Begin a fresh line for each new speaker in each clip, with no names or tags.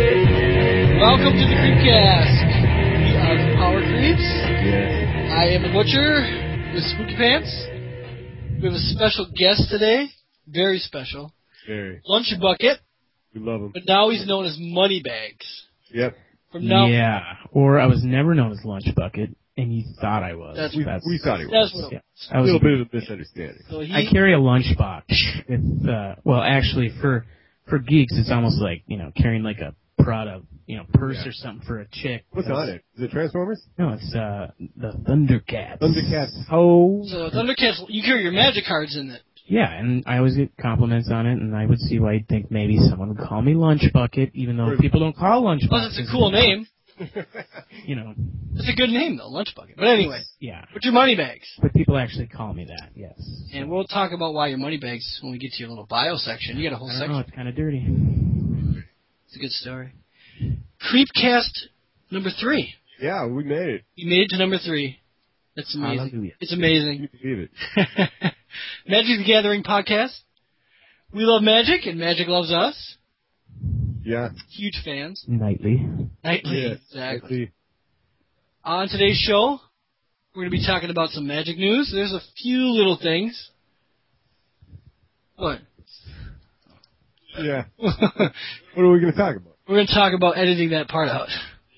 Welcome to the Creepcast. We are the Power Creeps.
Yes.
I am the Butcher with Spooky Pants. We have a special guest today, very special,
Very.
Lunch Bucket,
We love him.
but now he's known as Moneybags.
Yep.
From now,
Yeah, or I was never known as Lunch Bucket, and you thought I was.
That's-
We, we thought he
that's what.
was.
yeah.
it
I
A
was.
little bit of a misunderstanding.
So he,
I carry a lunchbox. It's uh, well, actually, for for geeks, it's almost like you know carrying like a Prada, you know, purse
Yeah.
or something for a chick.
What's
It's-
on it? Is it Transformers?
No, it's uh the Thundercats.
Thundercats.
Oh.
so Thundercats, you carry your magic cards in it.
Yeah, and I always get compliments on it, and I would see why you'd think maybe someone would call me Lunch Bucket, even though
Right.
people don't call lunch
Plus,
boxes.
it's a cool name.
You know,
It's a good name though, Lunch Bucket. But anyway,
yeah,
but your Moneybags,
but people actually call me that. Yes.
and we'll talk about why your Moneybags when we get to your little bio section. You got a whole
I don't know,
section.
it's kind of dirty.
It's a good story. Creepcast number three.
yeah, we made it.
You made it to number three. That's amazing.
Hallelujah.
It's amazing.
You believe it.
Magic the Gathering podcast. We love magic, and magic loves us.
Yeah.
Huge fans.
Nightly.
Nightly.
yeah.
Exactly.
Let's see.
On today's show, we're going to be talking about some magic news. There's a few little things. What?
Yeah.
we're
What are we going to talk about?
going to talk about editing that part out.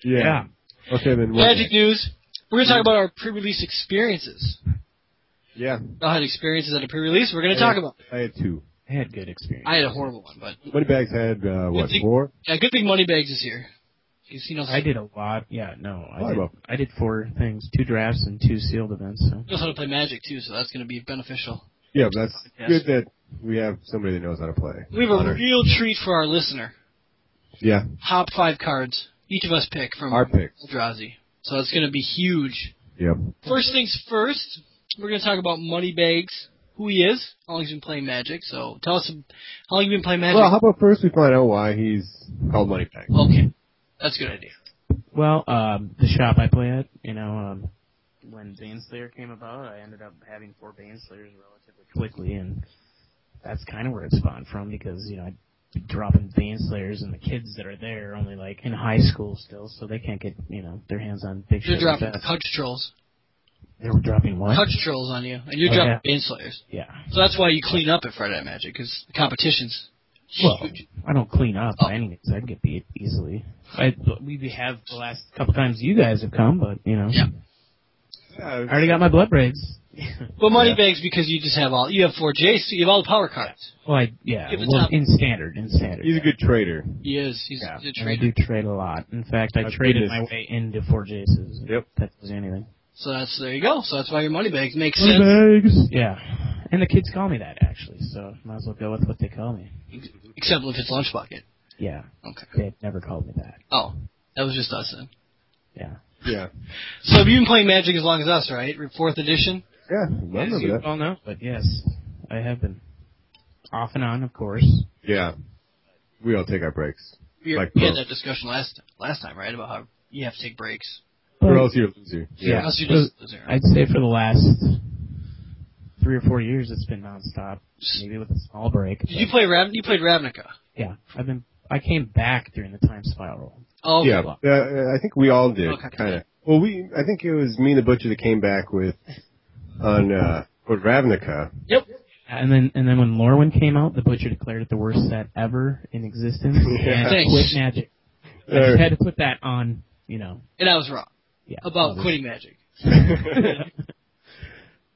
Yeah. Okay, then. what
Magic
next?
news. We're going to talk about our pre-release experiences.
Yeah.
I had experiences at a pre-release. We're going to talk about.
I had two.
I had good experience.
I had a horrible one, but
Moneybags had, uh, what,
Fifty-
four?
yeah, good thing Moneybags is here. He's seen us.
I did a lot. Yeah, no,
Oh, I
I did,
will.
I did four things, two drafts and two sealed events. So
knows how to play Magic too, so that's going to be beneficial.
Yeah, but that's
Yes.
good that we have somebody that knows how to play.
We have a
Honor.
real treat for our listener.
Yeah.
Top five cards each of us pick from
Our pick.
Eldrazi, so it's going to be huge.
Yep.
First things first, we're going to talk about Moneybags, who he is, how long he's been playing Magic. So tell us how long you've been playing Magic.
Well, how about first we find out why he's called Moneybags?
okay, that's a good idea.
well, um, the shop I play at, you know, um, when Baneslayer came about, I ended up having four Baneslayers relatively quickly, and that's kind of where it spawned from because you know I'd be dropping Baneslayers, and the kids that are there are only like in high school still, so they can't get you know their hands on big
You're
shit like
dropping
that.
touch trolls,
They were dropping what?
touch trolls on you, and you're
Oh,
dropping Baneslayers.
Yeah.
So that's why you clean up at Friday Night Magic because the competition's
Well,
huge.
I don't clean up
Oh.
by any means. I can get beat easily. I we have the last couple times you guys have come, but you know,
Yeah.
Yeah,
I already got my blood braids.
But Moneybags because you just have all you have four J's, so you have all the power cards.
well, I, yeah,
Give it
well,
up.
in standard, in standard.
he's a good trader.
He is. He's
Yeah,
he's a
and I
trader.
do trade a lot. In fact, I
I've
traded
been
my
this-
way into four Jaces.
Yep.
That does anything.
So that's there you go. So that's why your Moneybags makes sense.
Moneybags!
Yeah, and the kids call me that actually, so might as well go with what they call me.
Except if it's lunch bucket.
Yeah,
Okay.
they've never called me that.
Oh, that was just us then.
Yeah.
Yeah.
So have you been playing Magic as long as us, right? Fourth edition.
Yeah, I
As
remember
you
that.
all know, but yes, I have been off and on, of course.
Yeah. We all take our breaks.
We,
Like
we had
pro.
that discussion last last time, right? About how you have to take breaks.
Or
But-
else you're a loser.
Yeah.
Unless you just those are-
I'd say for the last three or four years, it's been nonstop. Maybe with a small break.
Did you
but-
play Rav? You played Ravnica.
yeah, I've been. I came back during the time spiral.
Oh, okay.
Yeah, uh, I think we all did,
Okay.
kind of. Well, we, I think it was me and the butcher that came back with, on, uh, with Ravnica.
Yep.
And then, and then when Lorwyn came out, the butcher declared it the worst set ever in existence.
Yeah.
And
Thanks.
quit magic. I
Uh,
just had to put that on. You know.
And I was wrong
Yeah.
about
obviously.
quitting Magic.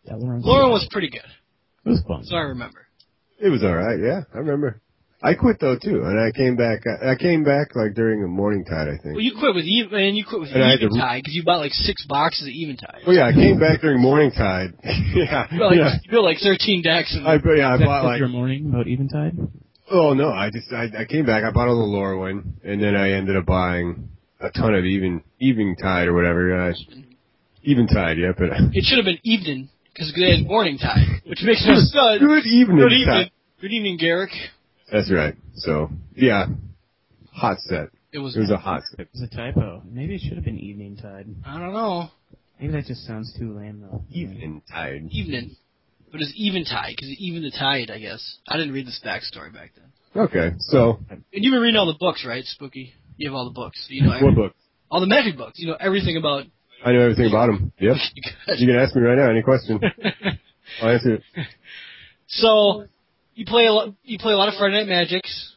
Yeah, Lauren
Lauren was pretty good,
It was fun.
so I remember.
it was alright, yeah, I remember. I quit though too, and I came back, I, I came back like during the morning tide, I think.
Well, you quit with even, and you quit with
And I had to-
Eventide because you bought like six boxes of Eventide.
Oh yeah, I came back during morning tide. yeah.
You built, like,
yeah.
you built like 13 decks. And,
I, yeah, I
Is that
bought
what
like,
your morning about eventide.
oh no, I just, I, I came back, I bought all the Lorwyn, and then I ended up buying a ton of even, evening tide or whatever, uh, even tide, yeah, but.
it should have been evening because they had morning time, which makes no sense.
Good evening.
Good
Ty.
evening. Good evening, Garrick.
That's right. So yeah, hot set.
It was.
It was a hot set.
It's a typo. Maybe it should have been evening tide.
I don't know.
Maybe that just sounds too lame though.
Evening tide.
Evening. But it's eventide, because even the tide, I guess. I didn't read this backstory back then.
Okay, so
And you've been reading all the books, right, Spooky? You have all the books. So you know every,
what book?
all the magic books. You know everything about.
I know everything about him. Yep. You can ask me right now any question. I'll answer it.
so you play a lot. You play a lot of Friday Night Magics,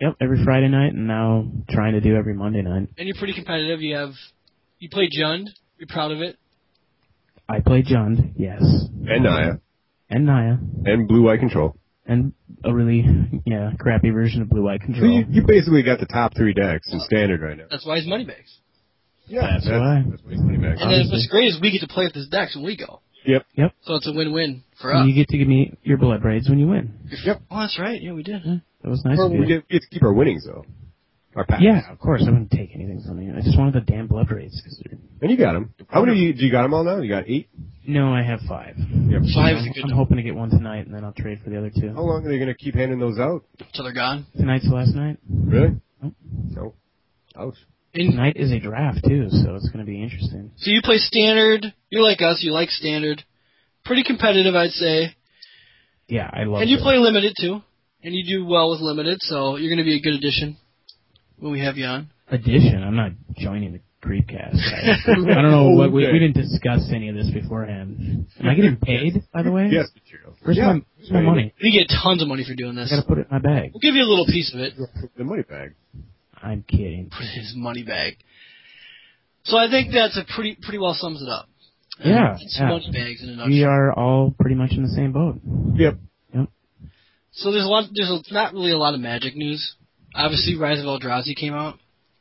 Yep, every Friday night, and now trying to do every Monday night.
and you're pretty competitive. You have. You play Jund. You're proud of it.
I play Jund, yes,
And Naya.
and Naya,
And Blue Eye Control.
and a really yeah crappy version of Blue Eye
So
Control.
you, you basically got the top three decks in standard right now.
That's why he's Moneybags.
Yeah,
That's why.
That's what he's putting back.
And then what's great is we get to play with his decks when we go.
Yep.
Yep.
So it's a win-win for us.
And you get to give me your blood braids when you win.
Yep.
Oh, that's right. Yeah, we did.
That was nice
Or
of you.
we get, we get to keep our winnings though. Our packs.
yeah, of course. I wouldn't take anything from you. I just wanted the damn blood braids. Cause they're...
And you got them. How many do you, do you got them all now? You got eight.
No, I have five.
Yep.
Five is
I'm,
a good
I'm
number.
hoping to get one tonight, and then I'll trade for the other
How
two.
long are they going to keep handing those out?
Till they're gone.
Tonight's last night.
Really?
Nope.
No. Ouch.
And
Tonight is a draft too, so it's going to be interesting.
So you play standard. You're like us. You like standard. Pretty competitive, I'd say.
Yeah, I love.
And you
it.
play limited too. And you do well with limited, so you're going to be a good addition when we have you on.
addition. I'm not joining the creepcast. I, I don't know what we,
Okay.
we didn't discuss any of this beforehand. Am I getting paid? By the way,
Yes, Material.
Where's
yeah.
my, where's my money?
You get tons of money for doing
I
this.
gotta put it in my bag.
We'll give you a little piece of it.
The money bag.
I'm kidding.
Put it in his money bag. So I think that's a pretty pretty well sums it up.
Yeah,
It's
yeah.
money bags in a
We
nutshell.
are all pretty much in the same boat.
Yep.
So there's a lot. There's a, not really a lot of magic news. Obviously, Rise of Eldrazi came out,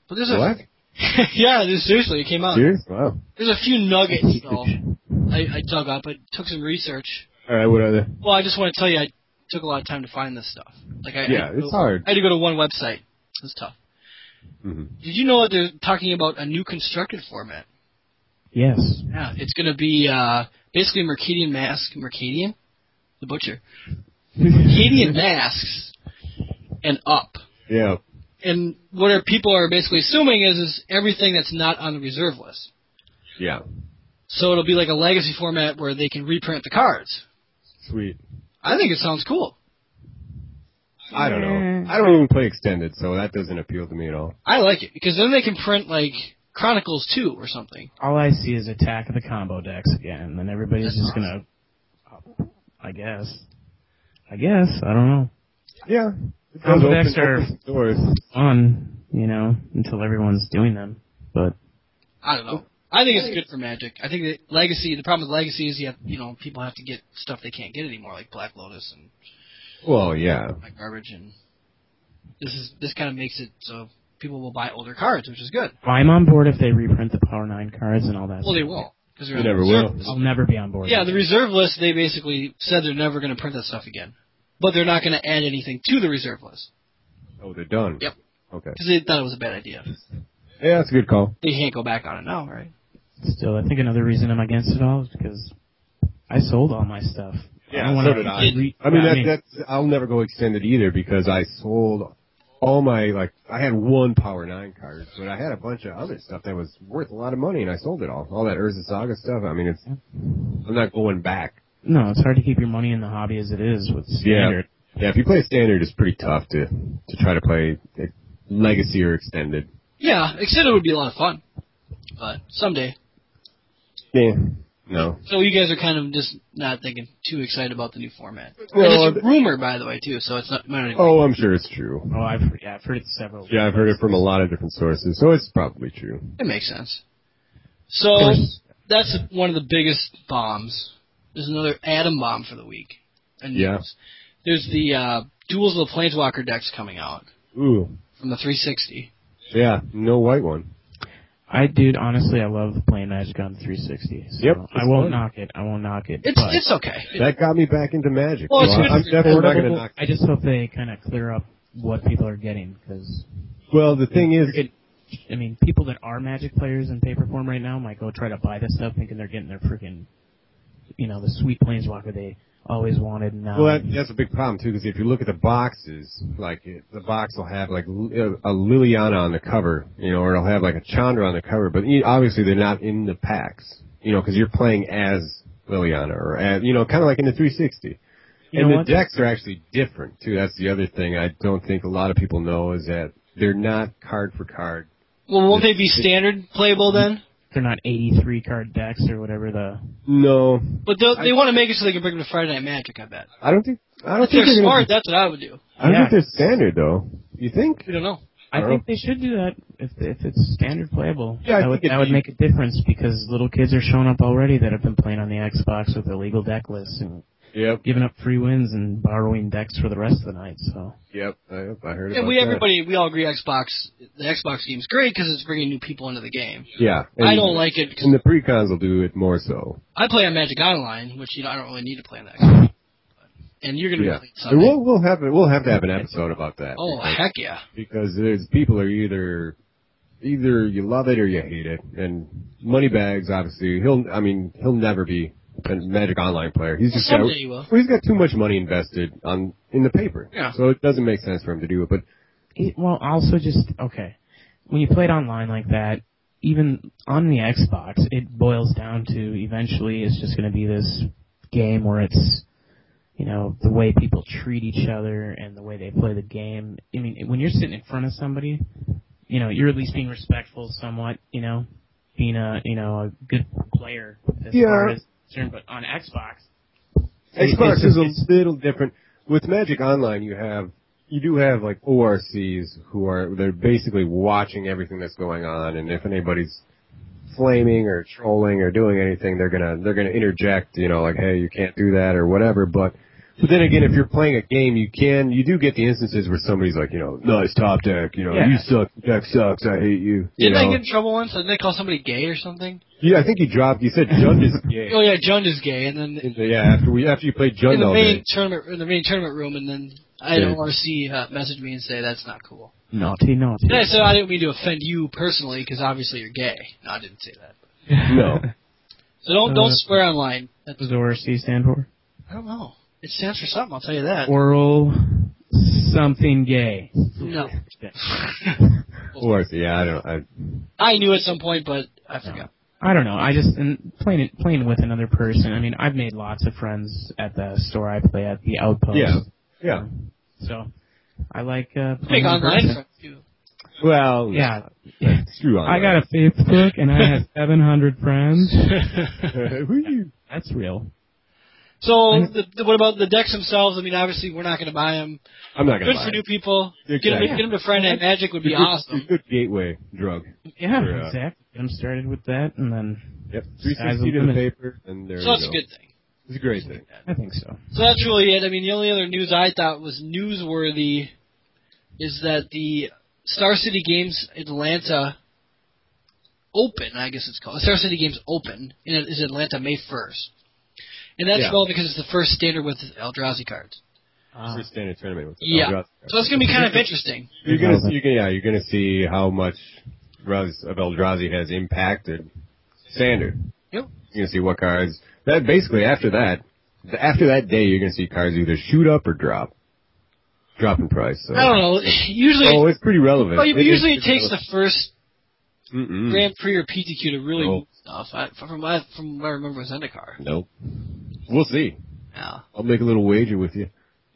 but there's a
What?
yeah, this, seriously, it came out.
Serious? Wow.
There's a few nuggets though. I, I dug up. I took some research.
All right. What are they?
Well, I just want to tell you, I took a lot of time to find this stuff. Like I I,
Yeah,
had to
it's
go-
hard.
I had to go to one website. It was tough.
hmm
Did you know that they're talking about a new constructed format?
Yes.
Yeah, it's going to be uh, basically Mercadian mask, Mercadian, the butcher, Mercadian masks, and up.
Yeah.
and what are people are basically assuming is is everything that's not on the reserve list.
Yeah.
So it'll be like a legacy format where they can reprint the cards.
Sweet.
I think it sounds cool.
I don't know.
Yeah.
I don't even play extended, so that doesn't appeal to me at all.
I like it because then they can print like Chronicles 2 or something.
All I see is attack of the combo decks again, and everybody's just gonna. I guess. I guess I don't know.
Yeah. It
Combo
does
decks are-
opens doors.
Fun, you know, until everyone's doing them. But
I don't know. I think it's good for Magic. I think that legacy. The problem with legacy is you have you know people have to get stuff they can't get anymore, like Black Lotus and
Well, yeah.
like garbage, and this is this kind of makes it so people will buy older cards, which is good.
I'm on board if they reprint the Power Nine cards and all that.
Well, they
stuff.
will because
They never will.
I'll never be on board.
Yeah, the reserve list, they basically said they're never going to print that stuff again. But they're not going to add anything to the reserve list.
Oh, they're done.
Yep.
Okay.
Because they thought it was a bad idea.
Yeah, that's a good call.
They can't go back on it now, right?
Still, I think another reason I'm against it all is because I sold all my stuff.
Yeah,
I don't wanna
so did
have
I.
to re-
I mean,
yeah,
that, that's I'll never go extended either because I sold all my like I had one Power Nine card, but I had a bunch of other stuff that was worth a lot of money, and I sold it all. All that Urza Saga stuff. I mean, it's I'm not going back.
no, it's hard to keep your money in the hobby as it is with standard.
Yeah, if you play standard, it's pretty tough to to try to play like, legacy or extended.
Yeah, Extended would be a lot of fun. But someday.
Yeah. No.
So you guys are kind of just not thinking too excited about the new format.
Well,
and it's a rumor, by the way, too, so it's not... Might not even-
Oh, I'm sure it's true.
Oh, I've yeah, I've heard it several.
Yeah, I've heard it from a lot of different sources, so it's probably true.
It makes sense. So that's one of the biggest bombs. There's another atom bomb for the week. And
Yeah.
There's the uh, Duels of the Planeswalker decks coming out
Ooh.
from the 360.
Yeah, no white one.
I dude, honestly, I love playing Magic on 360. So
Yep,
I
it's
won't
fun.
knock it. I won't knock it.
It's
but
it's okay.
That got me back into Magic.
Well, it's
so
good
I'm
for you.
definitely not going to
Well,
knock.
I just hope they kind of clear up what people are getting because
Well, the thing is,
I mean, people that are Magic players in paper form right now might go try to buy this stuff thinking they're getting their freaking, you know, the sweet planeswalker they always wanted now.
Well, that, that's a big problem too, because if you look at the boxes, like it, the box will have like L- a Liliana on the cover, you know, or it'll have like a Chandra on the cover, but you, obviously they're not in the packs, you know, because you're playing as Liliana or as, you know, kind of like in the 360.
You
and
know
the
what?
decks are actually different too. That's the other thing I don't think a lot of people know is that they're not card for card.
Well, won't they be standard playable then?
They're not 83 card decks or whatever the.
No,
But they'll- they
I-
want to make it so they can bring them to Friday Night Magic. I bet.
I don't think. I don't
If they're
think they're
smart,
gonna,
that's what I would do.
I don't
Yeah.
think they're standard though. You think?
We don't know.
I
Oh.
think they should do that if if it's standard playable.
Yeah, I
that would
think it'd
that would
be-
make a difference because little kids are showing up already that have been playing on the Xbox with illegal deck lists and
Yep,
giving up free wins and borrowing decks for the rest of the night. So
yep. I, I heard
And
about
we
that.
everybody we all agree Xbox the Xbox game's great because it's bringing new people into the game.
Yeah,
I
and-
don't like it because
And the precons will do it more so.
I play on Magic Online, which you know I don't really need to play on that. Game. And you're gonna
Yeah.
be playing
And
something.
we'll we'll have we'll have to have an episode about that.
Oh
because,
heck yeah!
because there's people are either either you love it or you hate it. And Moneybags obviously he'll I mean he'll never be a Magic Online player. He's just got
Someday you will.
well, he's got too much money invested on in the paper.
Yeah.
So it doesn't make sense for him to do it. But
it, well, also just okay. When you play it online like that, even on the Xbox, it boils down to eventually it's just going to be this game where it's you know the way people treat each other and the way they play the game. I mean, when you're sitting in front of somebody, you know, you're at least being respectful somewhat. You know, being a you know a good player as
Yeah.
far as concerned. But on Xbox, It-
Xbox
it's-
is
it's-
a little different. With Magic Online, you have you do have like ORCs who are they're basically watching everything that's going on, and if anybody's flaming or trolling or doing anything, they're gonna they're gonna interject. You know, like hey, you can't do that or whatever. But but then again, if you're playing a game, you can you do get the instances where somebody's like, you know, nice top deck, you know,
Yeah.
you suck, deck sucks, I hate you. you
Didn't I
know?
get in trouble once? Didn't they call somebody gay or something?
yeah, I think you dropped. You said Jund is
Oh
gay.
yeah, Jund is gay, and then
Yeah, after we after you played
in
Jund
the
all
main
day.
tournament in the main tournament room, and then I had
Yeah.
an RC uh, message me and say that's not cool.
naughty, naughty.
And I said I didn't mean to offend you personally because obviously you're gay. No, I didn't say that.
No.
So don't don't
Uh,
swear online.
What does ORC stand for?
I don't know. It stands for something. I'll tell you that.
oral something gay.
no,
Or yeah, I don't. I,
I knew at some point, but I forgot.
I don't know. I just and playing it playing with another person. I mean, I've made lots of friends at the store I play at, the Outpost.
Yeah. Yeah.
So I like uh, playing
Big
in
online
person.
friends too.
Well,
Yeah.
that's true.
I got a Facebook and I have 700 friends.
yeah,
That's real.
So the, the, what about the decks themselves? I mean, obviously we're not going to buy them.
I'm not gonna.
Good
lie.
for new people. Get them,
Exactly.
get 'em to Friday Night Magic would be
It's a-
awesome.
It's a good gateway drug.
Yeah,
Yeah.
exactly. Get 'em started with that, and then
Yep.
Sky's
360
the
to the
limit.
paper, and there
So
you
that's a
go.
good thing.
It's a great thing.
I think so.
So that's really it. I mean, the only other news I thought was newsworthy is that the Star City Games Atlanta Open, I guess it's called, Star City Games Open, and it is Atlanta May 1st. And that's
Yeah.
relevant because it's the first standard with Eldrazi cards. Uh,
Ah.
First standard tournament. With
Yeah.
Eldrazi.
So it's going to be kind of interesting.
You're gonna, see- you're gonna, yeah, you're gonna see how much Raz of Eldrazi has impacted standard.
Yep.
You're gonna see what cards. That basically after that, after that day, you're gonna see cards either shoot up or drop, drop in price. So.
I don't know. Usually,
Oh, it's Hmm. pretty relevant.
well, usually it takes the first
Mm-mm.
Grand Prix or PTQ to really
No.
move stuff. I, from, what I, from what I remember was Zendikar.
Nope. We'll see.
Yeah.
I'll make a little wager with you.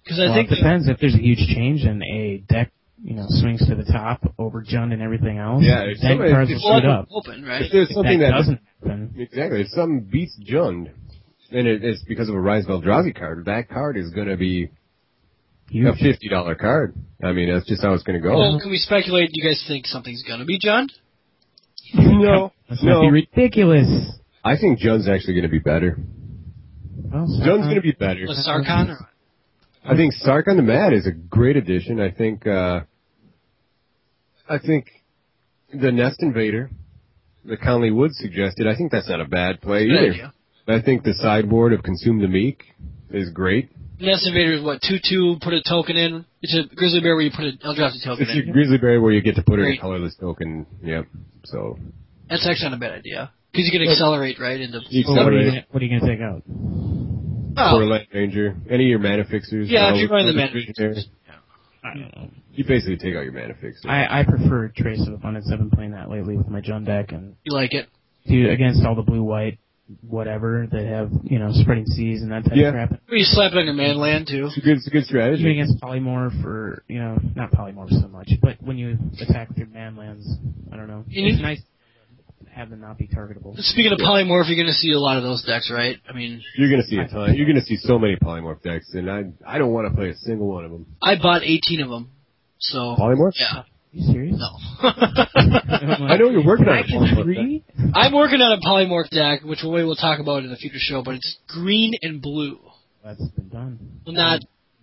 Because I
Well,
think
it
that-
depends if there's a huge change and a deck, you know, swings to the top over Jund and everything else.
Yeah, if
then
somebody-
cards
if
will shoot
Well,
up.
open, right?
If there's
If
something
that
that,
doesn't happen,
exactly, if something beats Jund, and it, it's because of a Rise of Eldrazi card, that card is going to be
you
a fifty dollar card. I mean, that's just how it's going to go.
Well, can we speculate? Do you guys think something's gonna be John?
No,
Let's not be
no.
ridiculous.
I think Jund's actually going to be better.
Well,
Jund's going to be better.
With Sarkon? Or,
I think Sark on the Mat is a great addition. I think uh I think the Nest Invader that Conley Wood suggested, I think that's not a bad play
Good
either.
idea.
I think the sideboard of Consume the Meek is great.
Nest Invader is what two two. Put a token in. It's a grizzly bear where you put an Eldrazi token
It's your
in.
grizzly bear where you get to put in a
Great.
colorless token. Yep. So
That's actually not a bad idea because you can accelerate right into.
you
Well, what, are you
accelerate.
gonna, what are you going to take out?
Oh.
Borderland Ranger, any of your mana fixers.
Yeah, if
all
you're going to the
those
mana
fixtures there.
fixers.
I don't know.
You basically take out your mana fixers.
I, I prefer Trace of Abundance. I've been playing that lately with my Jun deck and
You like it?
dude, against all the blue white whatever that have, you know, spreading seas and that type
Yeah.
of crap.
Well, you slap it on your man land too.
it's a good, it's a good
Even
strategy.
against polymorph or you know, not polymorph so much, but when you attack with your man lands, I don't know.
You
It's
need-
nice to have them not be targetable.
Speaking of polymorph, you're going to see a lot of those decks, right? I mean,
You're gonna see a ton. You're gonna see so many polymorph decks, and I, I don't want to play a single one of them.
I bought 18 of them. So
Polymorph?
yeah,
you serious?
no.
I know you're working on a
Back in
polymorph
three?
I'm working on a polymorph deck, which we will talk about in a future show. But it's green and blue.
That's been done.
Well, not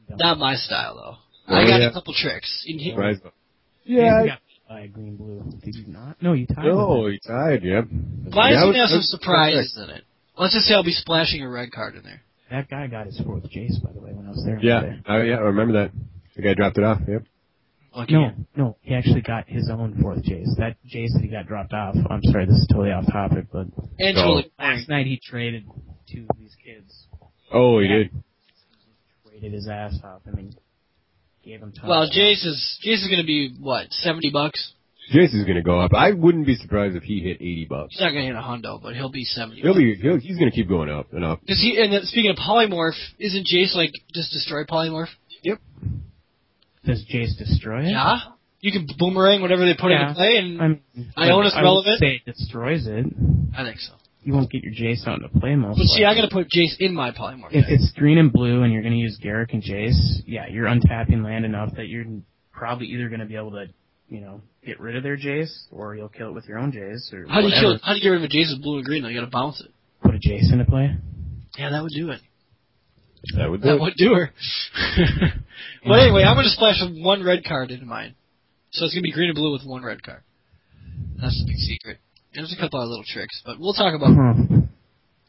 Done.
not my style though.
Oh,
I got
yeah.
a couple tricks. In here.
Surprise.
You
Yeah.
got by green blue. Did you not? No, you tied.
No,
with
he tied. Yep.
it.
Mine's
Yeah, I
gonna
was-
have
I
some
was-
surprises in it. Let's just say I'll be splashing a red card in there.
That guy got his fourth Jace, by the way, when I was there.
Yeah.
today.
I, yeah. I remember that. The guy dropped it off. Yep.
Lucky
No, no, he actually got his own fourth Jace. That Jace that he got dropped off. I'm sorry, this is totally off topic, but
And
No.
Julie.
last night he traded two of these kids.
Oh, he
Yeah.
did.
Traded his ass off. I mean, gave him time.
Well, Jace is Jace is gonna be what seventy bucks.
Jace is gonna go up. I wouldn't be surprised if he hit 80 bucks.
He's not gonna hit a hundo, but he'll be seventy.
He'll be. He'll, he's gonna keep going up and up.
Because he and then, speaking of polymorph, isn't Jace like just destroy polymorph?
Does Jace destroy it?
Yeah. You can boomerang whatever they put
Yeah.
into play, and
I mean,
Iona's
I would
relevant.
Say it destroys it.
I think so.
You won't get your Jace out into play most.
But see, I
likely.
gotta put Jace in my polymorph.
If
deck.
it's green and blue and you're going to use Garrick and Jace, yeah, you're untapping land enough that you're probably either going to be able to, you know, get rid of their Jace or you'll kill it with your own Jace or
How do you
whatever.
kill? How do you get rid of a Jace with blue and green? though? You gotta bounce it.
Put a Jace into play.
Yeah, that would do it.
That would do.
That
it.
would do her. but anyway, I'm gonna splash one red card into mine. So it's gonna be green and blue with one red card. That's the big secret. And there's a couple other little tricks, but we'll talk about.
Huh.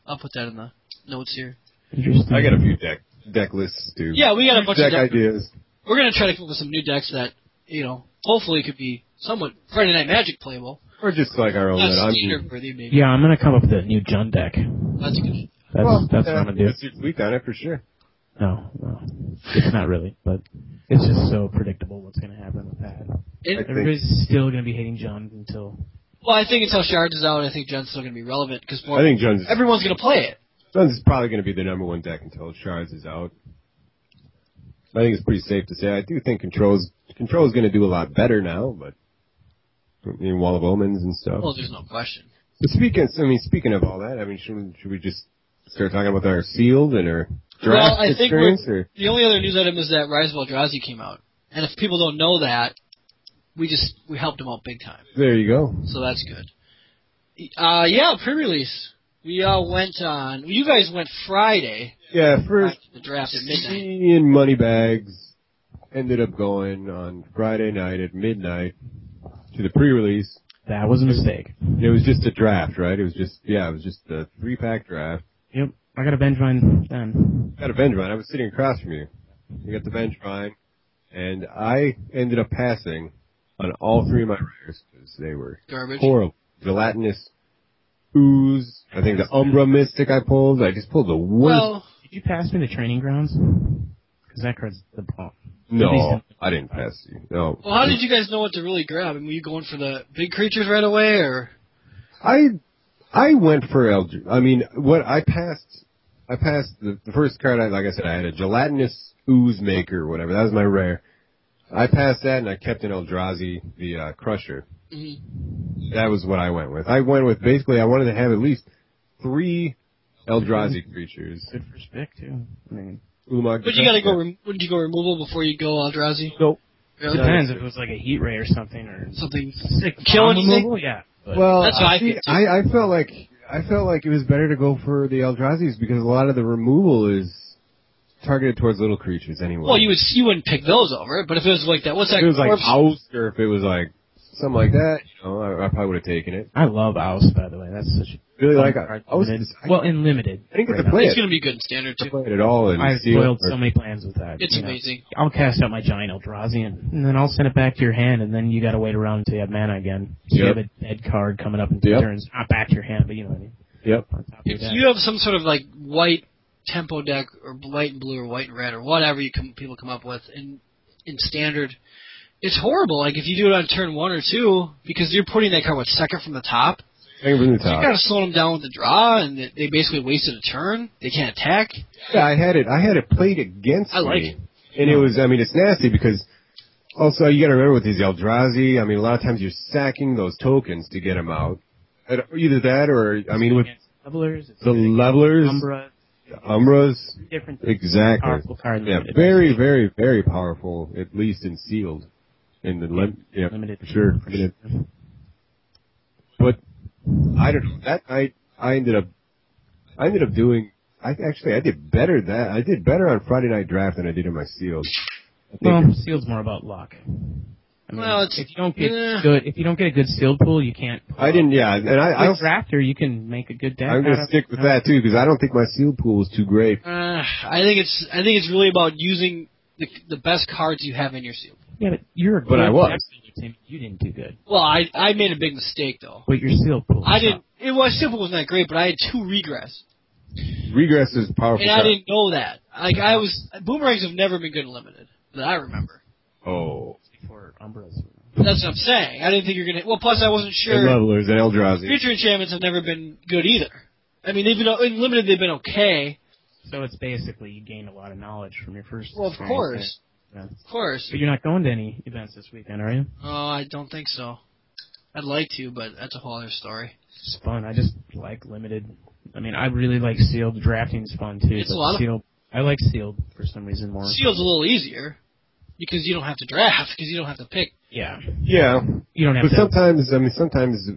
I'll put that in the notes here.
Interesting.
I got a few deck deck lists too.
Yeah, we got a bunch
deck
of decks.
ideas.
We're gonna try to come up with some new decks that you know hopefully could be somewhat Friday Night Magic playable.
Or just like our own. that
Not
Oh, I'm-
standard worthy, maybe.
yeah, I'm going to come up with a new Jun deck.
That's a good.
That's,
Well,
that's what
yeah,
I'm going to do.
that's your tweak on it for sure.
No, no. It's not really, but it's just so predictable what's going to happen with that.
It,
Everybody's still going to be hating Jun until.
well, I think until Shards is out, I think Jen's still gonna be relevant because
I think Jones
everyone's gonna play it.
Suns is probably going to be the number one deck until Shards is out. I think it's pretty safe to say. I do think Control's Control's going to do a lot better now, but in Wall of Omens and stuff.
Well, there's no question.
but speaking, I mean, speaking of all that, I mean, should, should we just start talking about our sealed and our draft
Well, I think we're-
experience? or
The only other news item is that Rise of Eldrazi came out, and if people don't know that, we just we helped them out big time,
there you go.
so that's good. Uh, yeah, pre-release. We all went on. You guys went Friday.
Yeah, first
The draft at midnight.
me and Moneybags ended up going on Friday night at midnight to the pre-release.
That was a mistake.
It was just a draft, right? It was just yeah, it was just a three-pack draft.
Yep. I got to bench mine then.
got a bench mine. I was sitting across from you. You got the bench mine, and I ended up passing on all three of my riders because they were
Garbage.
horrible. Gelatinous ooze. I think the Umbra Mystic I pulled. I just pulled the worst.
Well,
Did you pass me the training grounds? Because that card's the bomb.
no, I didn't pass you. No.
well, how did you guys know what to really grab? I mean, were you going for the big creatures right away, or
I I went for Eldritch. I mean, what I passed, I passed the, the first card. I like I said, I had a gelatinous ooze maker or whatever. That was my rare. I passed that and I kept an Eldrazi, the uh, Crusher.
Mhm.
That was what I went with. I went with basically I wanted to have at least three Eldrazi creatures.
Good first pick too. I mean,
Ulamog
Mm-hmm. but you gotta go?
Crusher.
Rem- would you go removal before you go Eldrazi?
Nope.
Really?
depends if it was like a heat ray or something or
Something.
sick
Kill
bomb
anything?
removal, Yeah. But
Well,
That's what I
see,
think, too.
I, I felt like I felt like it was better to go for the Eldrazi's because a lot of the removal is targeted towards little creatures anyway.
Well, you would you wouldn't pick those over, it, but if it was like that, what's that?
if it was like
corpse-
house or if it was like something like that, you know, I, I probably would have taken it.
I love Oust by the way. That's such a
Really,
fun
like I,
card.
I was,
Limited-
I
well, in limited.
I didn't get to
right
play
it's
it.
gonna be good in standard
I
too.
played at all, and
now. I've
see what-
spoiled so many plans with that.
It's
you know.
amazing.
I'll cast out my giant Eldrazi and, and then I'll send it back to your hand, and then you got to wait around until you have mana again. So You
Yep.
have a dead card coming up in two
Yep.
turns, not back to your hand, but you know what I mean.
Yep.
On top of your
If
deck.
you have some sort of like white tempo deck or white and blue or white and red or whatever you come, people come up with in in standard, it's horrible. Like if you do it on turn one or two, because you're putting that card what second from the top,
Second from the
so you
top.
gotta slow them down with the draw, and they they basically wasted a turn. They can't attack.
Yeah, I had it. I had it played against
I like
me,
it.
and it was. I mean, it's nasty because also you got to remember with these Eldrazi. I mean, a lot of times you're sacking those tokens to get them out. And either that or I mean, with
against levelers, it's
the
good against
levelers,
Umbra,
the Umbras,
different
exactly.
powerful card.
Yeah,
limited
very, very, very powerful. At least in sealed, in the lim- yeah,
limited.
for sure.
for
Limited. But I don't know. That I I ended up I ended up doing. I actually I did better that I did better on Friday night draft than I did in my sealed. I think
Well, sealed's more about luck. I mean,
Well, it's-
if you don't get
yeah.
good, if you don't get a good sealed pool, you can't.
I didn't. Yeah, and I, I
With
don't,
drafter, you can make a good deck.
I'm
out
gonna
of-
stick with that too because I don't think my sealed pool was too great.
Uh, I think it's I think it's really about using the the best cards you have in your sealed.
Yeah, but you're a
But
good
I was.
deck builder, Tim. You didn't do good.
Well, I I made a big mistake though.
But your sealed pool.
I
is
didn't.
up.
It was simple, wasn't that great? But I had two regress,
Regress is a powerful.
and I
card.
didn't know that. Like I was, boomerangs have never been good in limited that I remember.
Oh,
Before Umbras.
That's what I'm saying. I didn't think you're gonna. Well, plus I wasn't
and
sure.
levelers and Eldrazi.
Future enchantments have never been good either. I mean, they've been in limited. They've been okay.
So it's basically you gain a lot of knowledge from your first.
Well, of course,
experience there. Yeah.
of course.
But you're not going to any events this weekend, are you?
Oh, I don't think so. I'd like to, but that's a whole other story.
It's fun. I just like limited. I mean, I really like sealed. Drafting's fun too.
It's
but
a lot of-
sealed. I like sealed for some reason more.
Sealed's a little easier because you don't have to draft because you don't have to pick.
Yeah.
Yeah,
You don't have
but
to.
sometimes I mean sometimes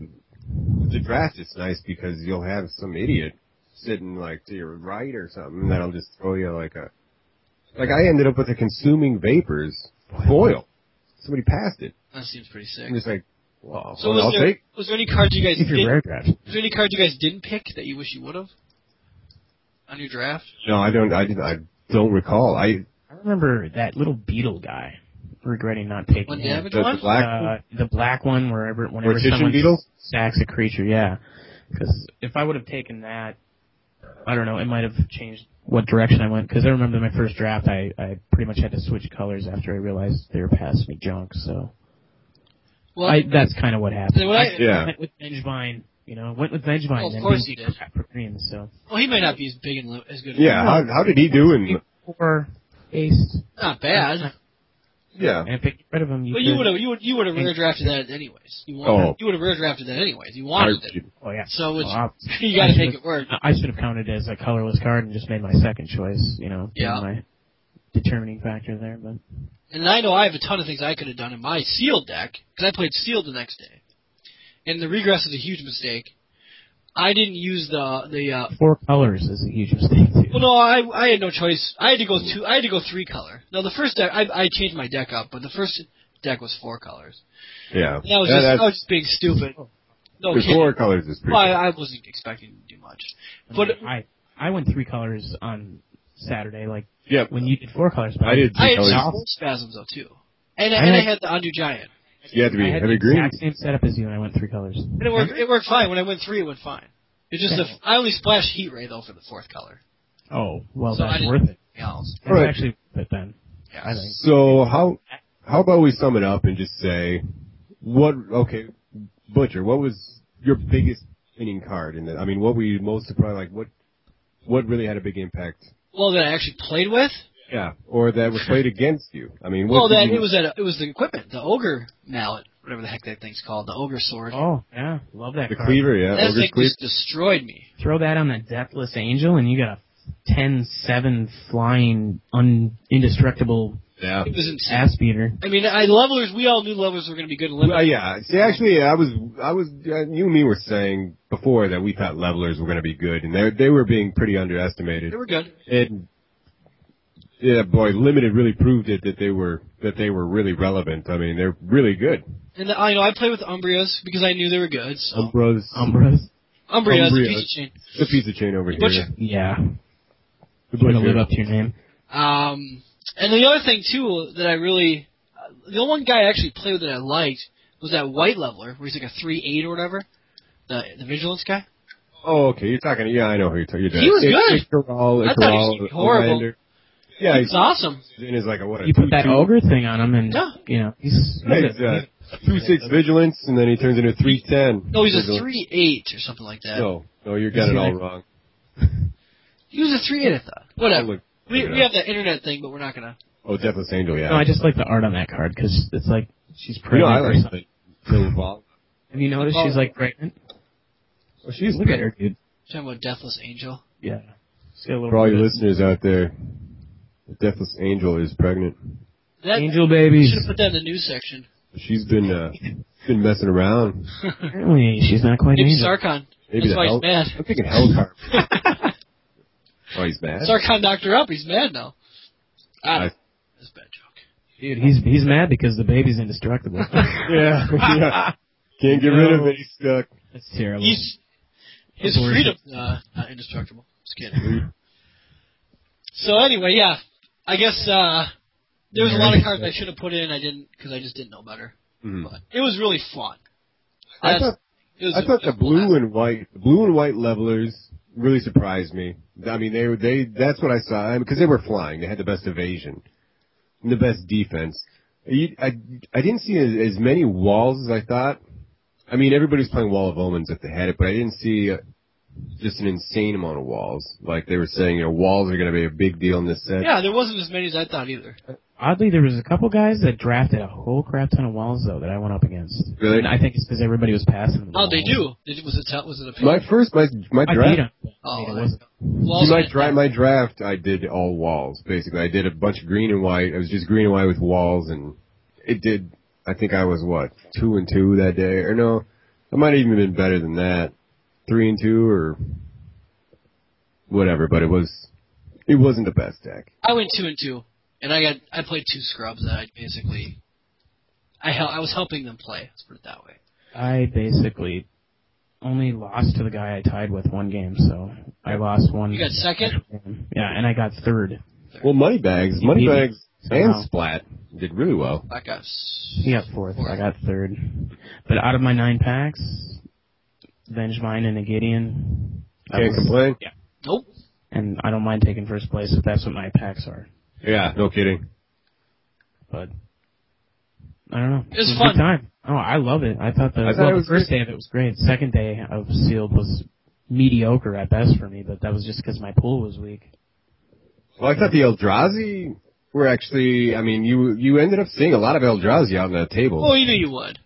the draft is nice because you'll have some idiot sitting like to your right or something that'll just throw you like a like I ended up with a consuming vapors foil. Somebody passed it.
That seems pretty sick.
I'm just like, well,
So
I'll
was there
take.
was there any cards you guys
if you're
did,
rare draft.
was there any cards you guys didn't pick that you wish you would have on your draft?
No, I don't. I didn't. I don't recall. I
I remember that little beetle guy regretting not taking
One
him.
damage
the,
one.
the black
uh, the black one, wherever whenever
partition
someone
beetle.
sacks a creature, yeah. Because if I would have taken that, I don't know, it might have changed what direction I went. Because I remember my first draft, I I pretty much had to switch colors after I realized they were past me junk. So
Well,
I, that's kind of what happened.
then what I-
Yeah.
went with Vengevine, you know, went with Vengevine.
Well, of
and
course
didn't
you did.
crap for green, so
well, he might not be as big and li- as good.
Yeah. How, how did he do? in
four ace,
not bad.
yeah.
and if I get rid of him, you
But you
could-
would have you would you would have rare drafted that anyways. You wanted,
Oh.
you would have rare drafted that anyways. You wanted it,
Oh yeah.
so it's
Well, I-
you got to
I
make
should've-
it work.
I should have counted it as a colorless card and just made my second choice, you know, being
Yeah.
my determining factor there. But
And I know I have a ton of things I could have done in my sealed deck because I played sealed the next day, and the regress is a huge mistake. I didn't use the the uh,
four colors is a huge mistake too.
Well, no, I I had no choice. I had to go two. I had to go three color. No, the first deck I I changed my deck up, but the first deck was four colors.
Yeah.
And I was just
That-
I
that's-
was just being stupid. No
the
kidding.
four colors is pretty.
Well, I, I wasn't expecting to do much. But
I I went three colors on Saturday, like
good. Yep.
when you did four colors. But
I did
I
three
had
colors.
No.
soul spasms though too, and I,
I
and I
had-
had the undo giant,
You had to be
I had
heavy
the
green.
exact same setup as you, and I went three colors.
and it worked. It worked fine. When I went three, it went fine. It just the, I only splashed heat ray though for the fourth color.
Oh, well,
so I
that's
didn't
worth
do
it.
anything else.
That's
Right.
actually worth it then.
Yeah.
I think.
So how how about we sum it up and just say what? Okay, Butcher, what was your biggest winning card? In that, I mean, what were you most surprised? Like, what what really had a big impact?
Well, that I actually played with.
Yeah, or that was played against you? I mean, what
Well,
did
then
you-
it was that it was the equipment, the ogre mallet, whatever the heck that thing's called, the ogre sword.
Oh yeah, love that
the
card.
cleaver, yeah,
That
ogre's
thing
cleaver.
just destroyed me.
Throw that on the Deathless Angel, and you got a 10-7 flying, un- indestructible
yeah.
It was insane.
ass beater.
I mean, I levelers. We all knew levelers were going to be good in
Well,
limited.
yeah. See, actually, I was, I was, uh, you and me were saying before that we thought levelers were going to be good, and they they were being pretty underestimated.
They were good.
And yeah, boy, limited really proved it that they were that they were really relevant. I mean, they're really good.
And I you know I played with Umbrias because I knew they were good.
Um,
So
Umbros,
um,
Umbras.
Umbrias,
Umbrias.
piece of chain.
the pizza chain over here.
Butcher.
Yeah.
The
Way to
butcher.
live up to your name.
Um, and the other thing too that I really, uh, the one guy I actually played with that I liked was that white leveler where he's like a three eight or whatever, the the vigilance guy.
Oh, okay. You're talking. Yeah, I know who you're talking.
He was good.
Icarol,
I thought he was gonna be horrible.
Yeah,
He's awesome.
in his like a what? A
You
two,
put that
two,
ogre thing on him, and
Yeah.
you know he's,
Yeah, he's, uh, two six vigilance, and then he turns into three ten.
No, he's a three eight or something like that.
No, no, you got it all wrong.
He was a three eight, I thought. Whatever.
Look,
we
look it
we
up.
have that internet thing, but we're not gonna.
oh, Deathless Angel. Yeah.
No, I just like the art on that card because it's like she's
You know,
pregnant.
I
or
like
something.
the little ball.
Have you noticed she's like pregnant?
Well, Oh, she's
Look at her, dude.
Talking about Deathless Angel.
Yeah. She's got a little
For all you
bit of-
listeners out there, the Deathless Angel is pregnant.
That
Angel
you
babies.
should have put that in the news section.
She's been uh, been messing around.
Apparently, she's not quite
Maybe
angel.
Sarkon.
Maybe
That's
the
why
hell.
he's mad.
I'm thinking Hellcar. Oh, he's mad.
Sarkon knocked her up. He's mad now. I don't.
I-
That's a bad joke.
Dude, he's he's mad because the baby's indestructible.
Yeah, yeah. Can't get rid of it. He's stuck.
That's terrible.
He's his
Abortion.
freedom uh, not indestructible. Just kidding. So anyway, yeah, I guess uh, there was a lot of cards I should have put in. I didn't because I just didn't know better.
Mhm.
But it was really fun.
I
That's-
thought
it was
I
a-
thought the
a
blue
blast.
and white, the blue and white levelers really surprised me. I mean, they they that's what I saw. I mean, because they were flying, they had the best evasion, and the best defense. You, I I didn't see as, as many walls as I thought. I mean, everybody's playing Wall of Omens if they had it, but I didn't see uh, just an insane amount of walls. Like they were saying, you know, walls are going to be a big deal in this set.
yeah, there wasn't as many as I thought either.
Oddly, there was a couple guys that drafted a whole crap ton of walls though that I went up against.
Really?
And I think it's because everybody was passing them. the
Oh, they
walls.
do. Did, was it was it a
My first, my my
I beat
draft,
'em.
Oh,
It
I-
wasn't-
Walls
See, my,
and-
dra- my draft, I did all walls, basically. I did a bunch of green and white. It was just green and white with walls, and it did, I think I was, what, two and two that day? Or no, I might have even been better than that. Three and two, or whatever, but it was, it wasn't the best deck.
I went two and two, and I got I played two scrubs that I basically I hel- I was helping them play. Let's put it that way.
I basically only lost to the guy I tied with one game, so I lost one.
You got second.
Yeah, and I got third.
Well, Moneybags,
You beat me
Moneybags and
somehow.
Splat did really well.
I got s-
He got fourth. I got third. But out of my nine packs, Vengevine and a Gideon. that
Can't
was-
complain.
nope.
And I don't mind taking first place if that's what my packs are.
Yeah, no kidding.
But I don't know.
It was
a
fun.
Good time. Oh, I love it. I thought the,
I thought
well,
it
the
was
first
good.
day of it was great. Second day of sealed was mediocre at best for me, but that was just because my pool was weak.
Well, I thought the Eldrazi were actually, I mean, you, you ended up seeing a lot of Eldrazi out on the table.
Oh, you knew you would.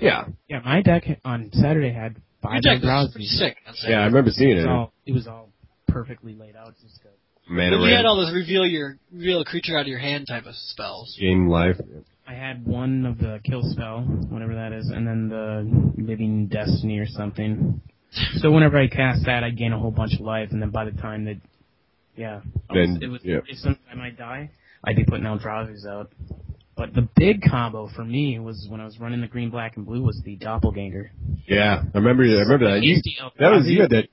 yeah.
Yeah, my deck on Saturday had
Your
five
deck was
Eldrazi.
pretty sick. I'd say.
Yeah, I remember seeing
It
it.
was all, it was all perfectly laid out. Just good.
Man
But you had
Around,
all those reveal your reveal a creature out of your hand type of spells.
Game Life.
I had one of the kill spell, whatever that is, and then the living destiny or something. So whenever I cast that, I gain a whole bunch of life, and then by the time that, yeah, I was-
Then-
it was,
yeah.
if sometime I die, I'd be putting Eldrazi's out. But the big combo for me was when I was running the green, black, and blue was the doppelganger.
Yeah, I remember. I remember that. You,
Tasty
that was
Eldrazi.
you had that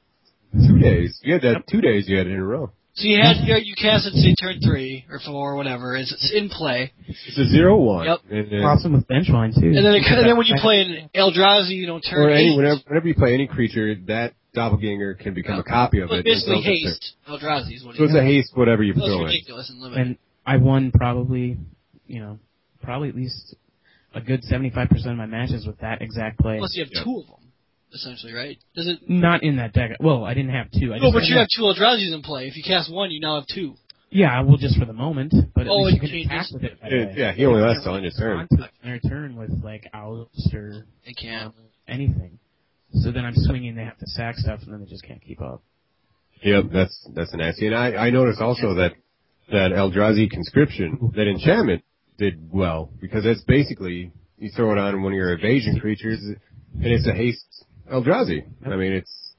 two days. You had that two days. You had it in a row.
So you had your you cast it say turn three or four or whatever. It's, it's in play,
It's a zero one.
Yep.
And, then-
Awesome with bench line too.
and then it, and then when you play an Eldrazi, you don't turn
or any
eight.
whenever, whenever you play any creature, that doppelganger can become a copy of
It was
it.
basically
and throws it there.
haste. Eldrazi is what
So
it
it's
is.
a haste, whatever you
That was
throw in.
ridiculous and limited.
and I won probably, you know, probably at least a good seventy-five percent of my matches with that exact play.
Plus you have
Yeah.
two of them, essentially, right? Does it?
Not in that deck. Well, I didn't have two. I
No,
just
but
had
you
one.
have two Eldrazi's in play. If you cast one, you now have two.
Yeah, well, just for the moment. But at
Oh,
least you
it
can attack
changes.
with it. By
It-
the way.
yeah, he only lasts till end of turn.
Onto their turn with like oust or
They can't.
anything. So then I'm swinging. They have to sack stuff, and then they just can't keep up.
Yep, that's that's nasty. And I I noticed also that that Eldrazi conscription, that enchantment did well because that's basically you throw it on one of your evasion creatures, and it's a haste Eldrazi. I mean, it's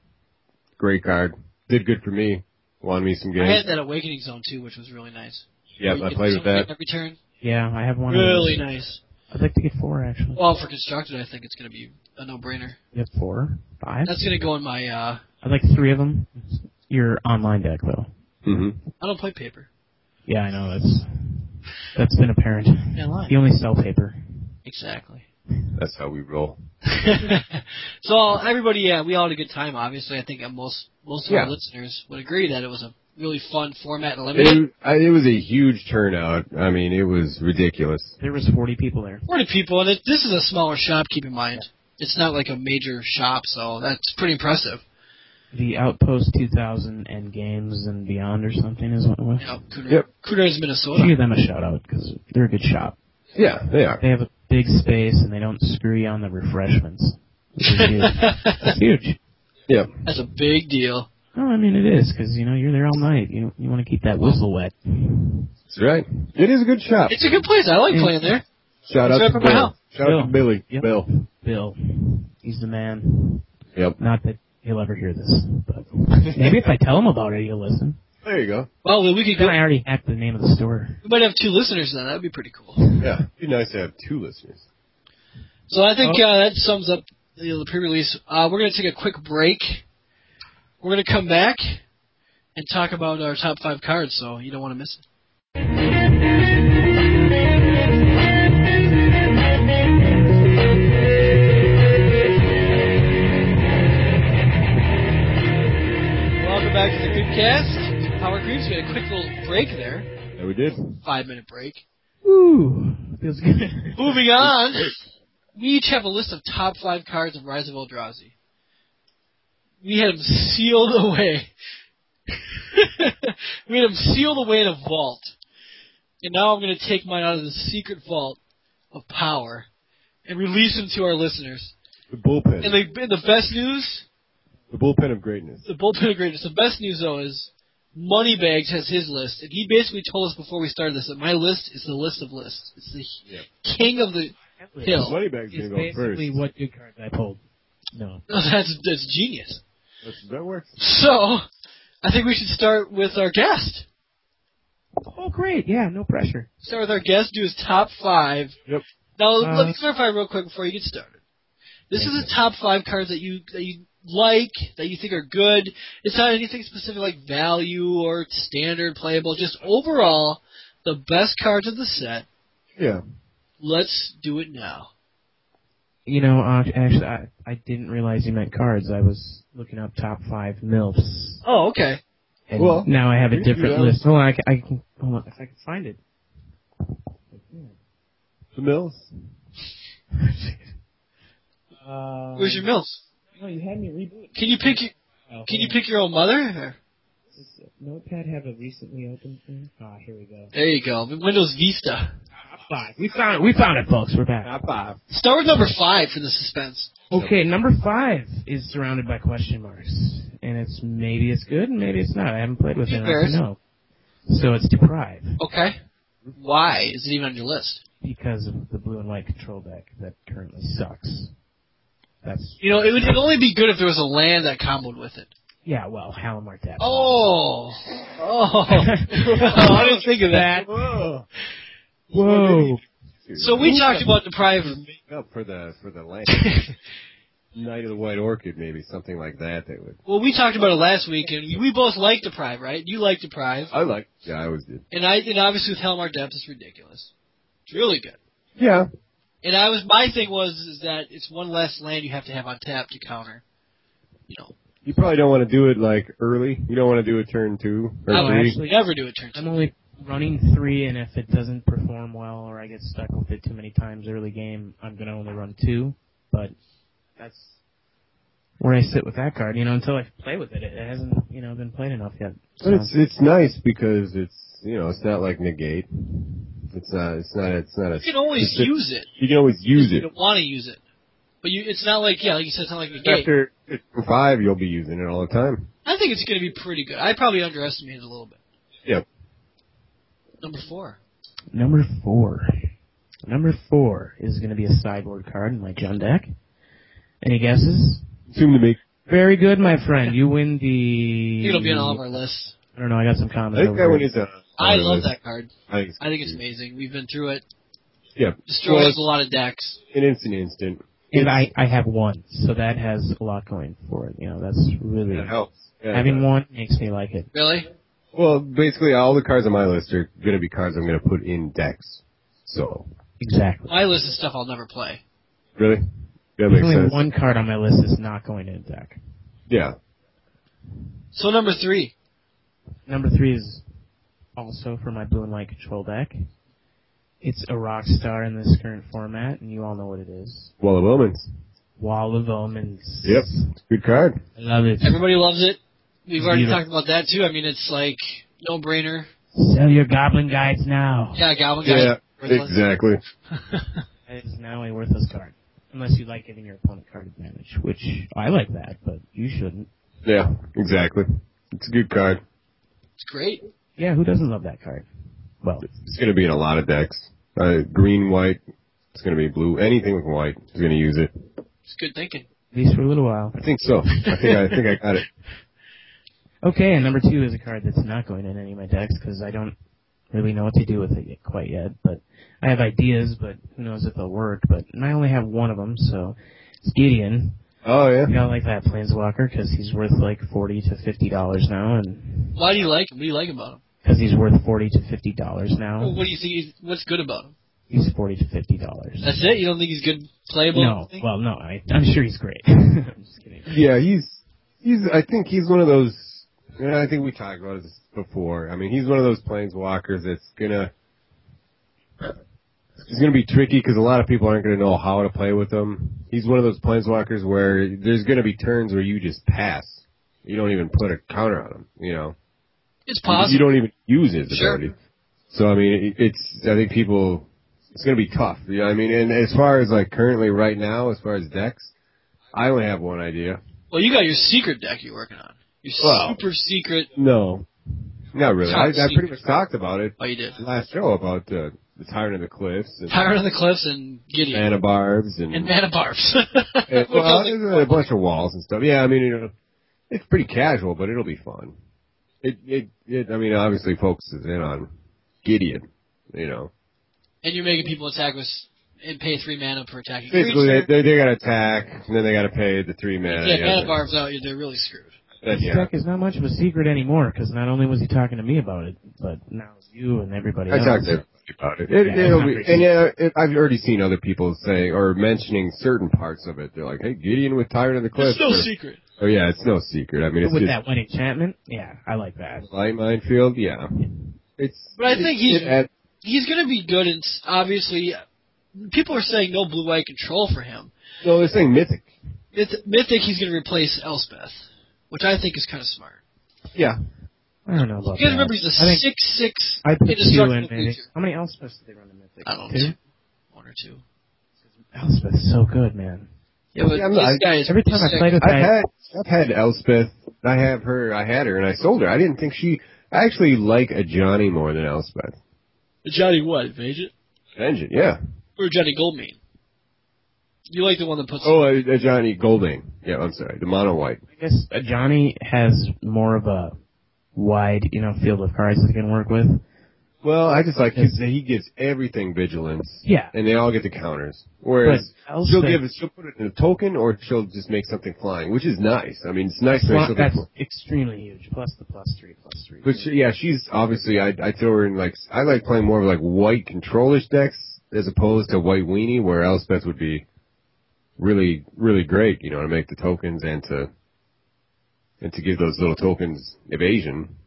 great card. Did good for me. Won me some
I
games.
had that Awakening Zone too, which was really nice.
Yep,
Where you
I
get
played with
something
that.
every turn.
Yeah, I have one. of
Really
those.
nice.
I'd like to get four actually.
Well, for constructed, I think it's going to be a no-brainer.
Get four, five.
That's going to go in my. uh
I'd like three of them. Your online deck though.
hmm
I don't play paper.
Yeah, I know that's that's been apparent.
I
You only sell paper.
Exactly.
Mm-hmm. That's how we roll.
so all, everybody, yeah, we all had a good time. Obviously, I think most most of
Yeah.
our listeners would agree that it was a really fun format and limited.
It, I- it was a huge turnout. I mean, it was ridiculous.
There was 40 people there.
Forty people, and it, this is a smaller shop. Keep in mind, it's not like a major shop, so that's pretty impressive.
The Outpost 2000 and Games and Beyond or something is what it was.
You know, Cooter,
Yep.
Cooter's
Should
Minnesota.
give them a shout out because they're a good shop.
Yeah, they are.
They have a big space and they don't screw you on the refreshments. Which is huge.
that's
It's huge.
Yeah.
a big deal.
No, I mean it is because you know you're there all night. You you want to keep that whistle wet.
That's right. It is a good shop.
It's a good place. I like
Yeah.
playing there.
Shout out
It's right
to
by my
Bill.
house.
Shout out to
Bill.
Billy.
Yep.
Bill.
Bill, he's the man.
Yep.
Not that he'll ever hear this, but maybe if I tell him about it, he'll listen.
There you go.
Well, we could go.
Then I already hacked the name of the store.
We might have two listeners then. That'd be pretty cool.
Yeah. It'd be nice to have two listeners.
So I think uh, that sums up you know, the pre-release. Uh, we're gonna take a quick break. We're gonna come back and talk about our top five cards. So you don't want to miss it. Welcome back to the Creepcast. Power Creeps. We had a quick little break there,
Yeah, we did.
five minute break.
Ooh, feels good.
Moving on, we each have a list of top five cards of Rise of Eldrazi. We had them sealed away. we had them sealed away in a vault. And now I'm going to take mine out of the secret vault of power and release them to our listeners.
The bullpen.
And the, and the best news,
the bullpen of greatness.
the bullpen of greatness, the best news though is Moneybags has his list. And he basically told us before we started this that my list is the list of lists. It's the
Yeah.
king of the hill.
Moneybag's
It's
gonna go first.
basically what good cards I pulled. No.
No, that's that's genius.
That's, that works.
So, I think we should start with our guest.
Oh, great. Yeah, no pressure.
Start with our guest. Do his top five.
Yep.
Now
Uh,
let's clarify real quick before you get started. This
Thank
is the top five cards that you that you like that you think are good. It's not anything specific like value or standard playable. Just overall, the best cards of the set.
Yeah.
Let's do it now.
You know, uh, actually, I, I didn't realize you meant cards. I was looking up top five milfs.
Oh, okay.
And
Well,
now I have a
you can do
different
that.
list. Hold on, I can, I can hold on if I can find it.
The Mills.
Uh,
Where's your mills?
No, Oh, you had me reboot.
Can you pick your
Oh,
Can
hold
you
on.
pick your own mother? Or-
Does this Notepad have a recently opened thing? Ah, here we go.
There you go. Windows Vista.
Top five. We found it. We found it, folks. We're back.
Top five.
Start with number five for the suspense.
Okay, number five is surrounded by question marks, and it's maybe it's good, and maybe it's not. I haven't played with it. I don't
Embarrassing.
know. So it's deprive
Okay. Why is it even on your list?
because of the blue and white control deck that currently sucks. That's
You know, it would it'd only be good if there was a land that comboed with it.
yeah. Well, Halimar Death.
Oh, oh, I didn't think of that.
Whoa.
Whoa.
So we talked about deprived.
Up for the for the land. Night of the White Orchid, maybe something like that. They would.
well, we talked about it last week, and we both like deprived, right? You like deprived,
I like. Yeah, I always did.
and I and obviously with Helmar Depth is ridiculous. It's really good.
Yeah.
And I was my thing was is that it's one less land you have to have on tap to counter. You know,
You probably don't want to do it like early. You don't want to do a turn two or
I
Oh,
would
three.
actually never do a turn
I'm
two.
only running three, and if it doesn't perform well or I get stuck with it too many times early game, I'm gonna only run two. But that's where I sit with that card. You know, until I play with it, it hasn't you know been played enough yet.
But
So-
it's it's nice because it's you know it's not like negate. It's not it's not it's not a
You can always
specific-
use it.
you can always use
You
it.
don't want to use it, but you it's not like yeah, like you said, it's not like the gate.
After five, you'll be using it all the time.
I think it's going to be pretty good. I probably underestimated it a little bit.
Yep.
Number four.
Number four. Number four is going to be a sideboard card in my Jun deck. Any guesses?
Seem to me.
Very good, my friend. You win the.
It'll be on all of our lists.
I don't know. I got some comments.
I think
over
that
here.
one is a.
I love that card.
I think it's,
I think it's amazing. We've been through it.
Yeah.
Destroys
Well,
a lot of decks.
an instant instant.
and I, I have one, so that has a lot going for it. You know, that's really
That helps. Yeah,
having
yeah.
one makes me like it.
Really?
Well, basically, all the cards on my list are going to be cards I'm going to put in decks. So
Exactly.
My list is stuff I'll never play.
really, That
There's
makes
only
sense.
one card on my list that's not going in the deck.
Yeah.
So number three,
Number three is also for my blue and white control deck. It's a rock star in this current format, and you all know what it is.
Walla Wilmans.
Wall of Omens.
Yep. Good card.
I love it.
everybody loves it. We've already
Zero.
talked about that too. I mean, it's like no brainer.
Sell your goblin guides now.
Yeah, Goblin Guy.
Yeah. Exactly.
It is now a worthless card. Unless you like giving your opponent card advantage, which I like that, but you shouldn't.
Yeah. Exactly. It's a good card.
it's great.
Yeah, who doesn't love that card? Well,
It's going to be in a lot of decks. Uh, green, white. It's going to be blue. Anything with white is going to use it.
It's good thinking.
at least for a little while.
I think so. I think I, I think I got it.
Okay, and number two is a card that's not going in any of my decks because I don't really know what to do with it yet, quite yet. But I have ideas, but who knows if they'll work. But and I only have one of them, so it's Gideon.
Oh
I
yeah.
don't like that Planeswalker because he's worth like forty to fifty dollars now, and
Why do you like him? What do you like about him?
because he's worth forty to fifty dollars now,
Well, what do you think? He's, what's good about him?
he's forty to fifty dollars.
That's it. You don't think he's good playable?
No, well, no, I, I'm sure he's great. I'm just kidding.
Yeah. He's he's. I think he's one of those. And I think we talked about this before. I mean, he's one of those planeswalkers that's gonna. It's gonna be tricky because a lot of people aren't gonna know how to play with him. He's one of those planeswalkers where there's gonna be turns where you just pass. You don't even put a counter on him. You know.
it's
You-
possible.
You don't even use his
Sure.
ability. So I mean, it, it's I think people it's going to be tough. You know what I mean? And as far as like currently right now, as far as decks, I only have one idea.
Well, you got your secret deck you're working on. Your
Well.
super secret.
No, not really. I, I pretty much talked about it
Oh, you did.
last show about the the Tyrant of the Cliffs and
Tyrant of the Cliffs and Gideon.
Anabarbs and,
And Manabarbs.
and- well, there's a bunch of walls and stuff. Yeah, I mean, you know, it's pretty casual, but it'll be fun. It it it. I mean, obviously focuses in on Gideon. You know.
and you're making people attack with and pay three mana per attacking
Basically, they,
creature.
they, they got to attack, and then they got to pay the three mana.
yeah, mana barbs out, they're really screwed.
That-
This
yeah.
deck is not much of a secret anymore because not only was he talking to me about it, but now it's you and everybody
I
else.
talked to everybody about it. it
Yeah,
it'll be,
it's not very-
and yeah, it, I've already seen other people say or mentioning certain parts of it. They're like, "Hey, Gideon with Tyrant of the Cliff."
It's no
or-
secret.
oh yeah, it's no secret. I mean, it's
With
just
that one enchantment, yeah, I like that.
light minefield. Yeah, it's.
But I
it's-
think he's-
it adds-
He's going to be good, and s- obviously, people are saying no blue white control for him.
no, they're saying mythic.
Myth- Mythic, he's going to replace Elspeth, which I think is kind of smart.
Yeah,
I don't know about
You
that.
guys remember he's a
I think-
six six
I put two in
indestructible
Vantage.
creature.
How many Elspeths did they run in Mythic?
I don't know,
Two?
two. one or two.
Elspeth's so good, man.
Yeah, but
Yeah, I'm
this
not-
guy is
Every time I
sick.
played with
I've
that,
had I've had Elspeth. I have her. I had her, and I sold her. I didn't think she. I actually like a Johnny more than Elspeth.
Johnny what, Vagent?
Engine, yeah.
Or Johnny Goldman. You like the one that puts
Oh, uh, uh, Johnny Golding. Yeah, I'm sorry. The mono white.
I guess uh, Johnny has more of a wide, you know, field of cards that he can work with.
Well, I just like his, he gives everything vigilance,
Yeah,
and they all get the counters.
but
Whereas she'll
Elspeth,
give it, she'll put it in a token, or she'll just make something flying, which is nice. I mean, it's nice to make
fly-
something.
that's
fly-
extremely huge. Plus the plus three, plus three.
But she, yeah, she's obviously I I throw her in like I like playing more of like white controlish decks as opposed to white weenie, where Elspeth would be really really great, you know, to make the tokens and to and to give those little tokens evasion.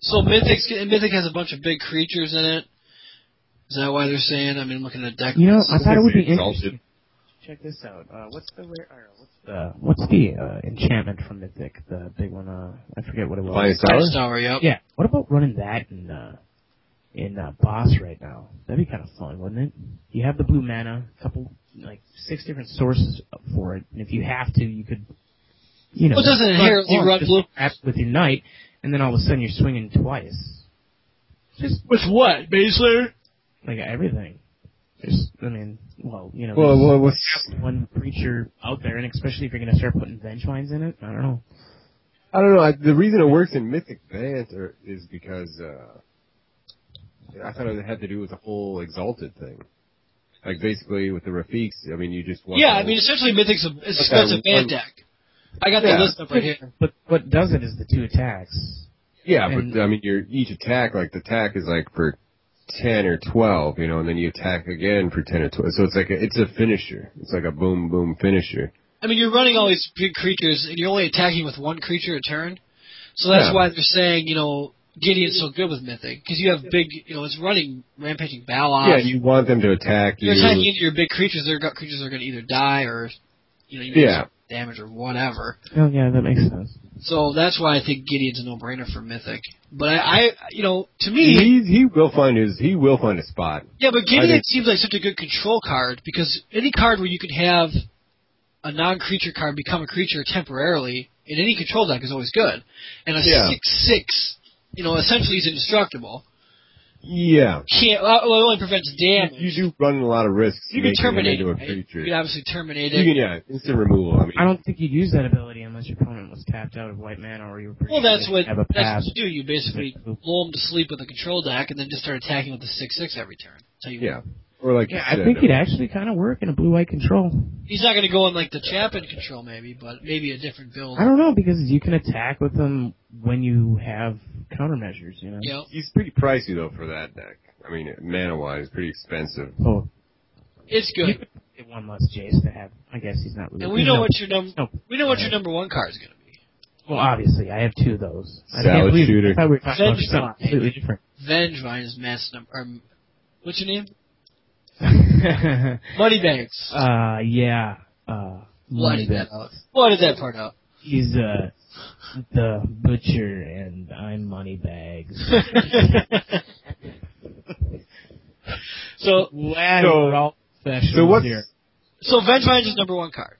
So Mythic's, and Mythic has a bunch of big creatures in it. Is that why they're saying? I mean, I'm looking at deck.
You know, I
lists.
thought it would be
Exalted.
interesting. Check this out. Uh, what's the rare? Or what's the what's the uh, enchantment from Mythic? The big one. Uh, I forget what it was.
Defiance Tower?
Dice Tower, yep.
Yeah. What about running that in uh, in uh, boss right now? That'd be kind of fun, wouldn't it? You have the blue mana, couple like six different sources for it, and if you have to, you could. You know,
Well, it doesn't inherently
once,
run
just
blue.
act with your knight, and then all of a sudden you're swinging twice. Just
With what? Base layer?
like everything. There's, I mean, well, you know,
Well,
there's-
well, what's
one creature out there, and especially if you're going to start putting venge lines in it. I don't know.
I don't know. I, the reason it works in Mythic Vance or, is because uh, I thought it had to do with the whole Exalted thing. Like basically with the Rafiks, I mean, you just want
Yeah,
the
I mean, essentially Mythic's a, it's
Okay,
expensive
one-
band deck. I got
Yeah.
the list up right here.
But what does it is the two attacks.
yeah,
and-
but I mean, your each attack, like the attack is like for ten or twelve, you know, and then you attack again for ten or twelve. So it's like a, it's a finisher. It's like a boom boom finisher.
I mean, you're running all these big creatures, and you're only attacking with one creature a turn. So that's
Yeah.
why they're saying, you know, Gideon's so good with mythic because you have big, you know, it's running rampaging Balog.
yeah, you want them to attack you.
Um, you're attacking into your big creatures. Their gut creatures are going to either die or, you know, you
Yeah.
do damage or whatever.
Oh yeah, that makes sense.
So that's why I think Gideon's a no-brainer for mythic. But I, I you know, to me,
He he will find his he will find a spot.
Yeah, but Gideon
Mm-hmm. I think-
seems like such a good control card because any card where you can have a non-creature card become a creature temporarily in any control deck is always good. And a
Yeah.
six-six, you know, essentially is indestructible.
Yeah,
Can't well, it only prevents damage.
you do run a lot of risks.
You can
making him
terminate
into a
it, right?
creature.
You can obviously terminate
You
it.
can, yeah, instant removal. I mean,
I don't think you'd use that ability unless your opponent was tapped out of white mana or you were. pretty
Well,
sure
that's
they
what
have a
that's
pass.
what you do. You basically blow him to sleep with a control deck, and then just start attacking with the six-six every turn. So you
yeah, or like
Yeah,
you
I
said,
think it'd actually kind of work in a blue-white control.
he's not going to go in like the Chapin control, maybe, but maybe a different build.
I don't know because you can attack with them when you have countermeasures. You know.
You know,
uh, he's pretty pricey though for that deck. I mean, mana wise, pretty expensive.
Oh,
it's
you
good.
could get one less Jace to have. I guess he's not. Really,
And we know
no,
what your number.
No.
We know what your number one card is going to be.
Well, obviously, I have two of those. I
Salad
can't believe
shooter.
I thought we were talking about
Salad
something
shooter.
completely different.
Vengevine is mass number. Or, what's your name?
uh,
Moneybanks.
yeah. Uh,
Bloody
Moneybag.
that out. Bloody that part out.
He's uh, the butcher, and I'm Moneybags.
so,
Glad
So-
we're all professionals
So what's
here.
so Vengevine is number one card.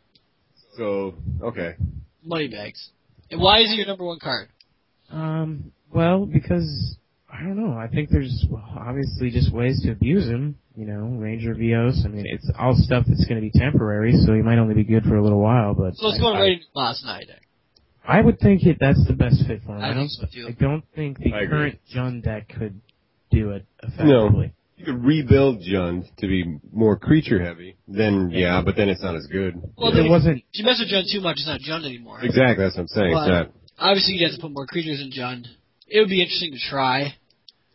so okay?
Moneybags. And why is it your number one card?
Um, well, because I don't know. I think there's well, obviously just ways to abuse him. You know, Ranger Vios. I mean, it's all stuff that's going to be temporary, so he might only be good for a little while. But
So let's
I,
go
I-
right into last night. deck.
I would think it, that's the best fit for him.
I
I
think
don't.
so too.
I don't think the
I agree.
current Jun deck could do it effectively.
You could rebuild Jund to be more creature heavy. Then yeah, but then it's not as good.
Well,
It
then-
wasn't.
If you mess with Jund too much, it's not Jund anymore.
exactly. That's what I'm saying. It's
But-
not.
Obviously, you have to put more creatures in Jund. It would be interesting to try.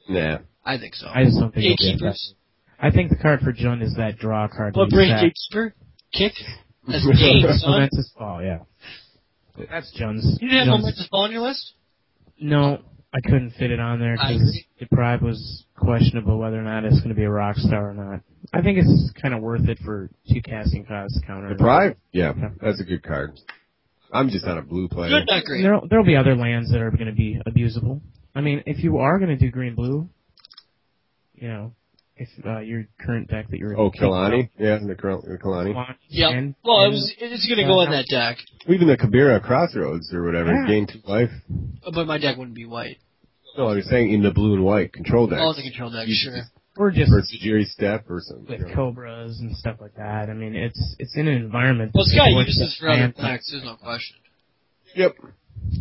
Nah.
I think so.
I just don't think. it'll be
Gatekeepers.
effective. I think the card for Jun is that draw card.
What
that you
brings
sack.
Gatekeeper? Kick? That's game, son.
Momentous Fall, yeah. That's Jun's.
You didn't have
Jun's-
Momentous Fall on your list?
No, I couldn't fit it on there
I
because
agree.
Deprive was questionable whether or not it's going to be a rock star or not. I think it's kind of worth it for two casting costs counter.
Deprive? Yeah, that's a good card. I'm just not a blue player.
Good, not great.
There'll, there'll be other lands that are going to be abusable. I mean, if you are going to do green blue, you know, if uh, your current deck that you're
Oh, Kalani? Yeah, the Kal- the Kalani.
Kalani
Yeah.
and-
Well, it
and- uh,
was it's going to go in that deck,
Even the Kabira Crossroads or whatever,
Yeah.
gain two life.
but my deck wouldn't be white.
No, I was saying in the blue and white control deck.
All in the control deck,
You
sure.
just-
or just
Or Tajiri Step or something.
with
you know.
cobras and stuff like that. I mean, it's it's in an environment.
Well,
that's
Sky
supportive
uses this for other
lands.
decks, there's no question.
Yep.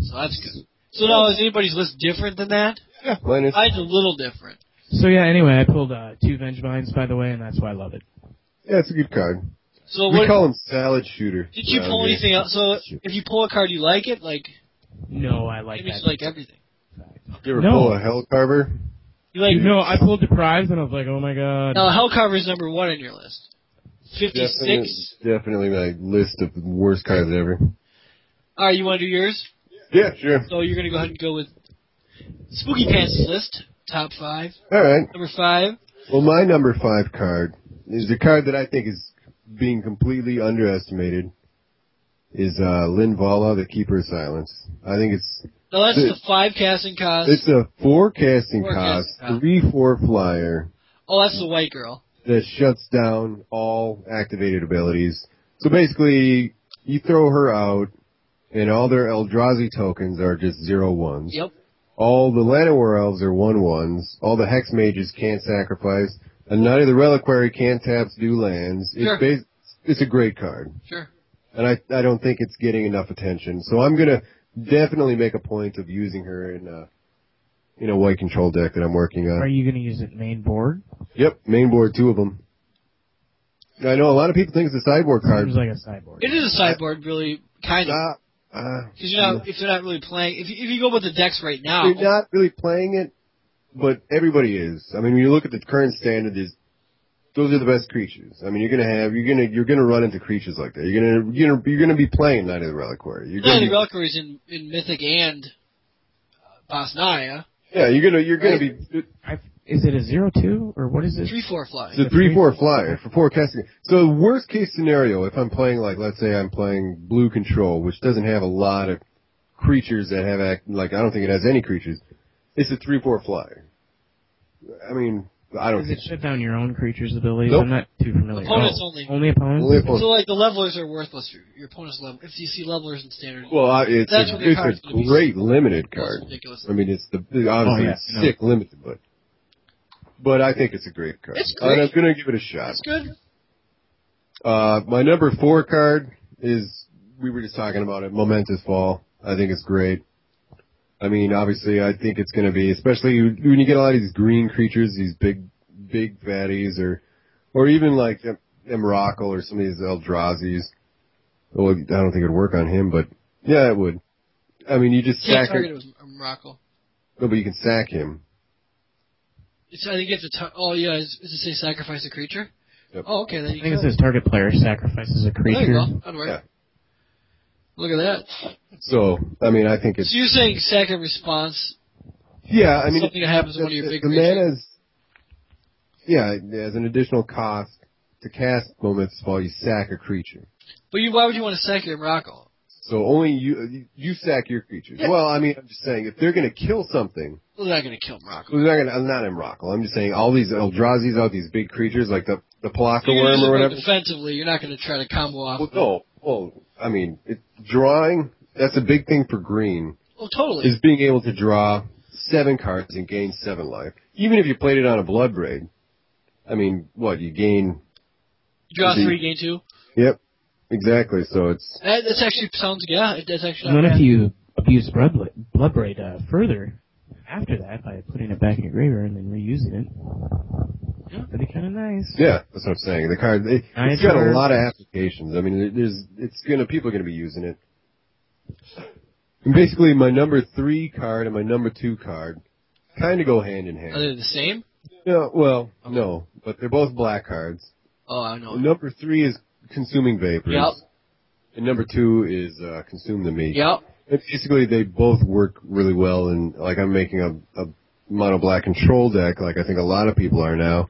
So that's good. So now is anybody's list different than that?
Yeah, mine is.
Mine's a little different.
So yeah. Anyway, I pulled uh, two Vengevines, by the way, and that's why I love it.
Yeah, it's a good card.
So
We
what?
call him Salad Shooter.
Did you
around
pull
here.
anything else? So if you pull a card, you like it. Like
No, I like
maybe
that.
you like everything.
You ever
No.
pull a Hell Carver?
You like
no, I pulled deprived and I was like, oh my god.
now Hellcarver's number one on your list. Fifty
Definite-
six.
Definitely my list of worst cards ever.
All right, you want to do yours?
Yeah, sure.
So you're gonna go ahead and go with Spooky Pants list top five.
All right.
Number five.
Well, my number five card is a card that I think is being completely underestimated. Is uh, Lin Vala, the Keeper of Silence. I think it's
Now that's
Dude.
the five casting cost.
it's a four casting
Four
cost,
casting cost.
three four flyer
Oh, that's the white girl.
that shuts down all activated abilities. So basically, you throw her out, and all their Eldrazi tokens are just zero ones.
Yep.
All the Llanowar elves are one ones. All the hex mages can't sacrifice. And none of the reliquary can't taps do lands. It's
Sure.
bas- it's a great card,
Sure.
and I I don't think it's getting enough attention. So I'm gonna definitely make a point of using her in a in a white control deck that I'm working on.
Are you going to use it main board?
Yep, main board, two of them. I know a lot of people think it's a sideboard card.
Seems like a sideboard.
It is a sideboard, really, kind of.
Ah, ah.
Because you're not, if you're not really playing, if you, if you go with the decks right now,
You're not really playing it. but everybody is. I mean, when you look at the current standard, is those are the best creatures. I mean, you're gonna have you're gonna you're gonna run into creatures like that. You're gonna you're gonna you're gonna be playing Knight of the Reliquary. You're
Yeah,
gonna
the
be,
Valkyries in, in Mythic and uh, Bosnia.
yeah, you're gonna you're gonna be
I, is it a zero two or what is it?
Three four flying.
It's a three four flyer for forecasting. So worst case scenario, if I'm playing like let's say I'm playing blue control, which doesn't have a lot of creatures that have act like I don't think it has any creatures. It's a three four flyer. I mean, I don't.
Does it shut down your own creatures' abilities?
Oh, Nope.
I'm not too familiar.
Opponents
Oh,
only.
Only opponents.
Only opponents.
So like the levelers are worthless. Your, your opponent's level. If you see levelers in standard,
well, I, it's
That's
a,
what the
it's
card's
a
gonna be.
great limited
that's
card.
ridiculous.
I mean, it's the obviously
Oh, yeah,
it's
no.
sick limited, but but I think it's a great card.
It's
And I'm
great.
gonna give it a shot.
That's good.
Uh, my number four card is, we were just talking about it, Momentous Fall. I think it's great. I mean, obviously, I think it's going to be, especially when you get a lot of these green creatures, these big, big fatties, or, or even like M- Emrakul or some of these Eldrazi's. Well, I don't think it'd work on him, but yeah, it would. I mean, you just
Can't
sack
target
him.
it with Morocco.
No, but you can sack him.
It's, I think you have to. Tar- oh yeah, is, is it say sacrifice a creature?
Yep.
Oh okay, then
I
you
think it
kill.
says target player sacrifices a
There you
creature.
go. That'd work.
Yeah.
Look at that.
So, I mean, I think
So
it's,
you're saying sack in response?
yeah, I mean,
something that happens to one of your
the,
big
the
creatures.
mana's yeah as an additional cost to cast moments while you sack a creature
But you, why would you want to sack your Morocco?
so only you you- you sack your creatures
Yeah.
well i mean i'm just saying if they're going to kill something
Well, they're not going to kill Morocco.
they're not going to i'm not Emrakul. i'm just saying all these eldrazi's all these big creatures like the the palaka
You're
worm
gonna
or
go
whatever
Defensively, you're not going to try to combo off.
well no well i mean it, drawing that's a big thing for green
Oh, totally.
is being able to draw seven cards and gain seven life even if you played it on a blood braid i mean what you gain
You draw
the-
three, gain two.
Yep. Exactly. So it's
That that's actually sounds yeah. it- That's actually. Not
And then
bad.
if you abuse blood, blood braid uh, further after that by putting it back in your graveyard and then reusing it,
Yeah.
that'd be kind of nice.
yeah, that's what I'm saying. The card it,
Nice
it's got a
card.
lot of applications. I mean, it- there's it's gonna people are gonna be using it. And basically, my number three card and my number two card kind of go hand in
Are
hand.
they the same?
No, well, no, but they're both black cards.
Oh, I know.
Number three is consuming vapors.
Yep.
And number two is uh, consume the meat.
Yep.
And basically, they both work really well. And like, I'm making a, a mono black control deck, like I think a lot of people are now.